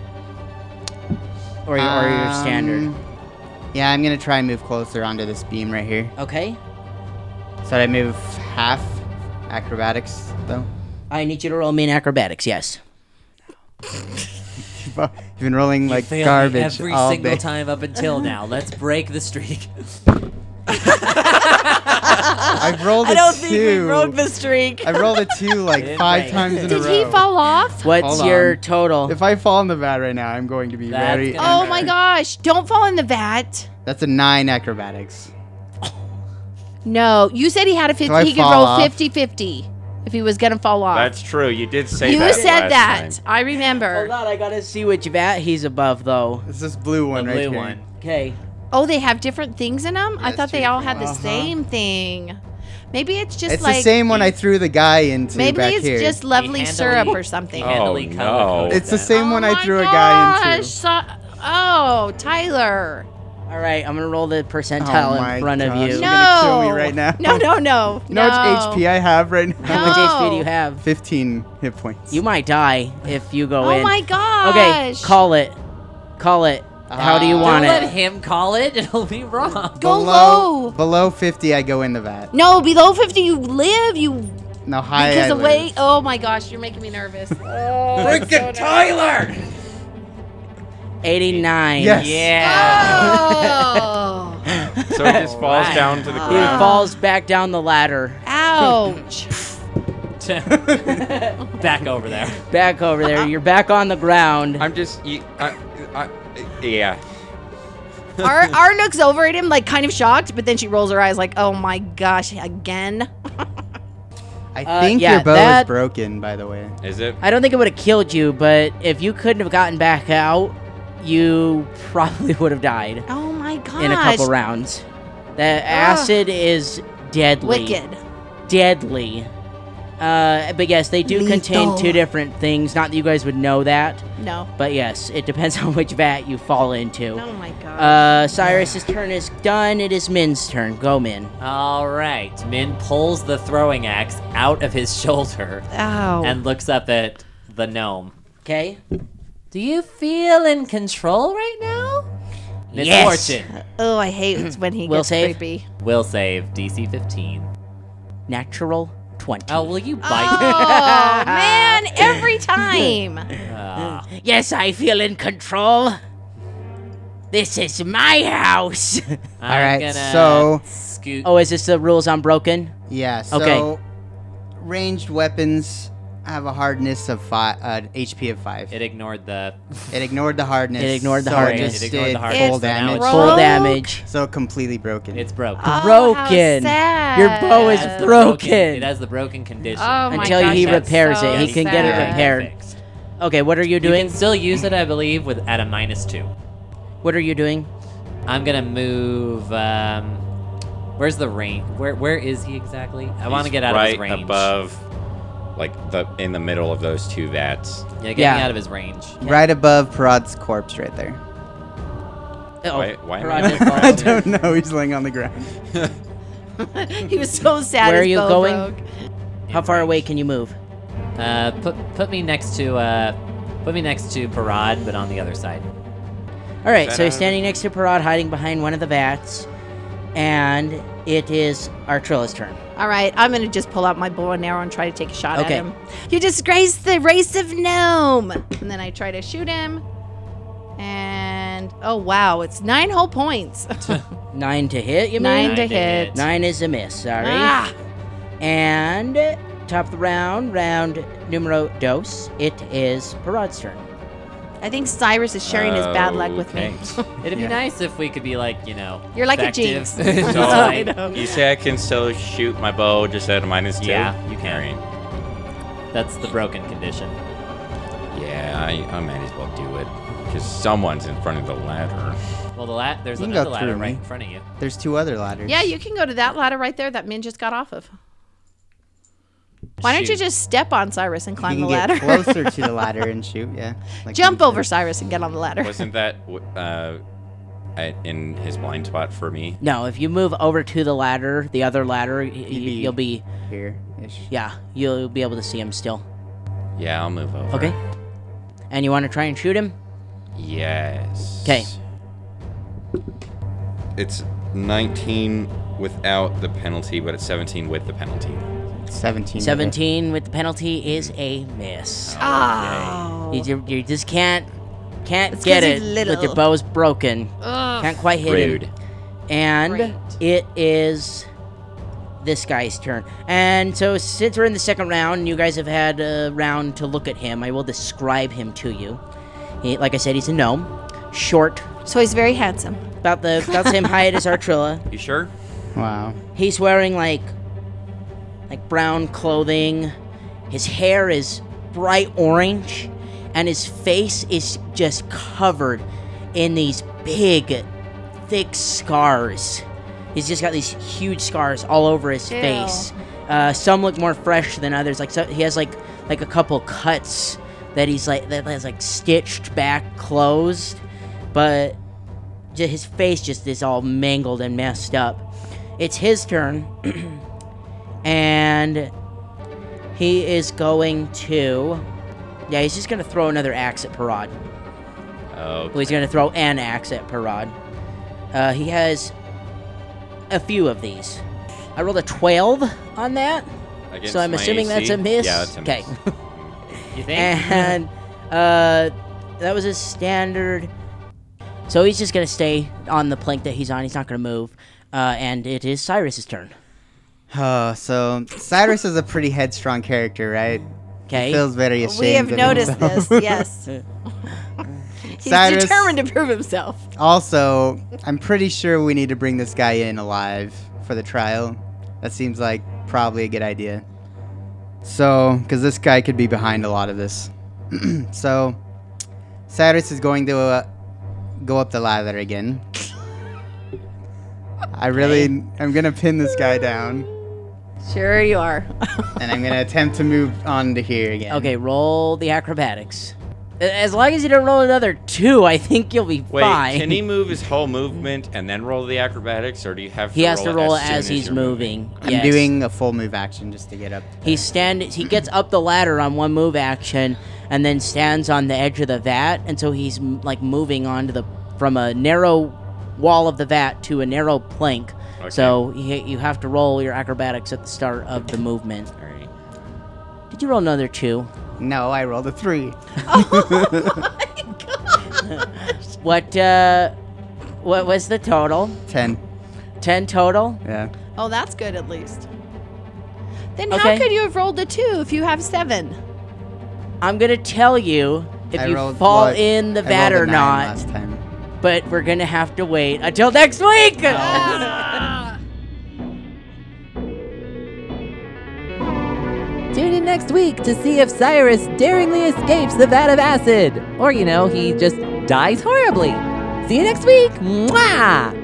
or, your or your standard.
Um, Yeah, I'm gonna try and move closer onto this beam right here.
Okay.
So I move half acrobatics though.
I need you to roll me an acrobatics, yes.
You've been rolling like
Failed me
garbage
every
all
single
day.
time up until now. Let's break the streak.
I've rolled a
I don't
two.
think we rode the streak.
I rolled a two like five
Right.
times in a
Did
row.
he fall off?
What's
Hold
your
on.
total?
If I fall in the vat right now, I'm going to be
That's
very.
Oh
gonna
my gosh! Don't fall in the vat.
That's a nine acrobatics.
No, you said he had a 50.
I
He could
fall
roll
off?
50 50 if he was going to fall off.
That's true. You did say
you
that. last
said that.
time.
I remember.
Hold on, I gotta see which vat he's above though.
It's this blue
The
one right
blue
here.
one.
Okay.
Oh, they have different things in them? I
Yes,
thought they
two
all had the
different ones.
same thing. Maybe it's just
Uh-huh. it's
like.
the same one I threw the guy into
Maybe
back
it's
here.
just lovely
handily-
syrup or something.
Oh,
Handily
no.
color-coded
it's the
that.
same one
Oh
I
my
threw a guy
gosh,
into.
so- oh, Tyler.
All right, I'm gonna roll the percentile
Oh my
in front
gosh.
of you.
You're
no.
gonna kill me right now.
No, no, no.
You know how much
no.
HP I have right
How
now?
much HP do
No.
you have?
15 hit points.
You might die if you go
Oh
in.
my gosh.
Okay, call it. Call it. How do you
Ah.
Don't
want
let
it?
him call it. It'll be wrong.
Go
below,
low.
Below 50, I go in the vat.
No, below 50, you live. You.
No, high.
because
I
of
lose.
weight. Oh my gosh, you're making me nervous.
Freaking Tyler!
89.
Yes.
Yeah.
oh.
So he just falls
Alright.
down to the
He
ground.
falls back down the ladder.
Ouch.
Back over there.
Back over there. You're back on the ground.
I'm just. You, I, I, yeah.
Ar, Ar looks over at him, like kind of shocked, but then she rolls her eyes, like, "Oh my gosh, again!"
I
Uh,
think
yeah,
your bow
that-
is broken, by the way.
Is it?
I don't think it would have killed you, but if you couldn't have gotten back out, you probably would have died
Oh my gosh!
in a couple rounds. The acid is deadly.
Wicked.
deadly. Uh, but yes, they do contain
Lethal.
two different things. Not that you guys would know that,
No.
but yes, it depends on which vat you fall into.
Oh my god.
Uh, Cyrus's turn is done. It is Min's turn. Go, Min.
All right. Min pulls the throwing axe out of his shoulder
Uh,
Oh.
Ow.
and looks up at the gnome.
Okay.
Do you feel in control right now?
Yes.
Misfortune.
oh, I hate when he
Will
gets
save?
creepy.
Will save DC 15.
Natural twenty.
Oh, will you bite?
Oh man! Every time.
Ah.
Yes, I feel in control. This is my house.
I'm
All right,
gonna
so-
scoot.
oh, is this the rules on broken?
Yeah, so
Okay.
ranged weapons have a hardness of five, uh, HP of five.
it ignored the.
It ignored the hardness.
It ignored the
so
hardness.
It just
It ignored
did
the hardness,
full
so now
damage.
it's-
Oh, Full
Broke.
damage.
So completely broken.
It's broken.
Oh, how
Broken.
sad.
Your bow is
It has the
broken.
It has the broken condition.
Oh my
Until
gosh,
he
that's
repairs
so
it, he can
sad.
get it
Yeah,
repaired.
fixed.
Okay, what are you
You can
doing?
still use it, I believe, with at a minus two.
What are you doing?
I'm gonna move. Um, where's the range? Where Where is he exactly? I want to
He's
get out
right
of his range.
above, like the in the middle of those two vats.
Yeah, get
Yeah.
me out of his range.
right above Parad's corpse right there.
Oh,
Why- why am I
Parade
on the
falls.
I don't know. He's laying on the ground.
he was so sad.
Where
his
are you
bow
going?
broke.
How
In
far
range.
away can you move?
Uh, put Put me next to uh, Put me next to Parad, but on the other side.
All right,
Is
so
that
he's
out of-
standing next to Parad, hiding behind one of the vats, and it is Artrilla's turn.
All right, I'm gonna just pull out my bow and arrow and try to take a shot
Okay.
at him. You disgrace the race of gnome, and then I try to shoot him. And oh wow, it's nine whole points.
Nine to hit, you mean?
nine to
Nine to
hit.
hit.
Nine is a miss, sorry.
Ah,
And top of the round, round numero dos, it is Parad's turn.
I think Cyrus is sharing his bad luck with me.
It'd be nice if we could be like, you know,
You're like a
effective.
jinx.
So,
I know.
you say I can still shoot my bow just at a minus two?
Yeah, you can.
Alright.
That's the broken condition.
Yeah, I, I might as well do it. Because someone's in front of the ladder.
Well, the lat there's
You can
another
go
ladder
through
right
me.
in front of you.
There's two other ladders.
Yeah, you can go to that ladder right there that Min just got off of. Why don't you
Shoot.
just step on Cyrus and climb the
You can
ladder?
get closer to the ladder and shoot. Yeah. Like
Jump
you
over
did.
Cyrus and get on the ladder.
Wasn't that w- uh, I- in his blind spot for me?
No, if you move over to the ladder, the other ladder, y- y-
be-
you'll be,
here. Ish.
yeah, you'll be able to see him still.
Yeah, I'll move over.
Okay. And you want to try and shoot him?
Yes.
'Kay.
It's 19 without the penalty, but it's 17 with the penalty.
Seventeen. of it.
17 with the penalty is a miss.
Oh.
You, ju- you just can't can't
It's
get
'cause
it
he's little.
with your bows broken.
Ugh.
Can't quite hit
Rude.
him. And
Great.
it is this guy's turn. And so, since we're in the second round, and you guys have had a round to look at him. I will describe him to you. He, like I said, he's a gnome, short,
So he's very handsome.
about the about the same height as Artrilla.
You sure?
Wow.
He's wearing like like brown clothing. His hair is bright orange and his face is just covered in these big thick scars. He's just got these huge scars all over his
Ew.
face. Uh, some look more fresh than others. Like so, he has like like a couple cuts that he's like that has like stitched back closed, but ju- his face just is all mangled and messed up. It's his turn, and he is going to. Yeah, he's just gonna throw another axe at Parad.
Oh,
Well, he's gonna throw an axe at Parad. Uh, he has a few of these. I rolled a 12 on that,
against
so I'm
my
assuming
AC?
that's a miss.
Yeah, that's a miss.
Okay.
You
and uh, that was his standard. So he's just gonna stay on the plank that he's on. He's not gonna move. Uh, and it is Cyrus's turn.
Oh, so Cyrus is a pretty headstrong character, right?
Okay.
Feels very ashamed.
We have
of
noticed
himself.
this. Yes. He's
Cyrus-
determined to prove himself.
Also, I'm pretty sure we need to bring this guy in alive for the trial. That seems like probably a good idea. So, because this guy could be behind a lot of this. so, Cyrus is going to uh, go up the ladder again. I really, I'm gonna pin this guy down,
Sure you are.
and I'm gonna attempt to move on to here again.
Okay, roll the acrobatics. A- As long as you don't roll another two, I think you'll be
Wait,
fine.
can he move his whole movement and then roll the acrobatics, or do you have?
He
to
has
roll
to roll
it as,
as,
soon
he's
you're
moving.
I'm
Yes.
doing a full move action just to get up.
He stand. He gets up the ladder on one move action, and then stands on the edge of the vat, and so he's m- like moving onto the from a narrow wall of the vat to a narrow plank. So you, you have to roll your acrobatics at the start of the movement.
All right.
Did you roll another two?
No, I rolled a three.
What? uh... What was the total?
Ten.
Ten total.
Yeah.
Oh, that's good at least.
Then how
Okay.
could you have rolled the two if you have seven?
I'm gonna tell you if
I
you
rolled-
fall
well,
in the
I
vat
rolled
or
a nine
not.
Last time.
but we're gonna have to wait until next week.
Oh.
Tune in next week to see if Cyrus daringly escapes the vat of acid. Or, you know, he just dies horribly. See you next week. Mwah!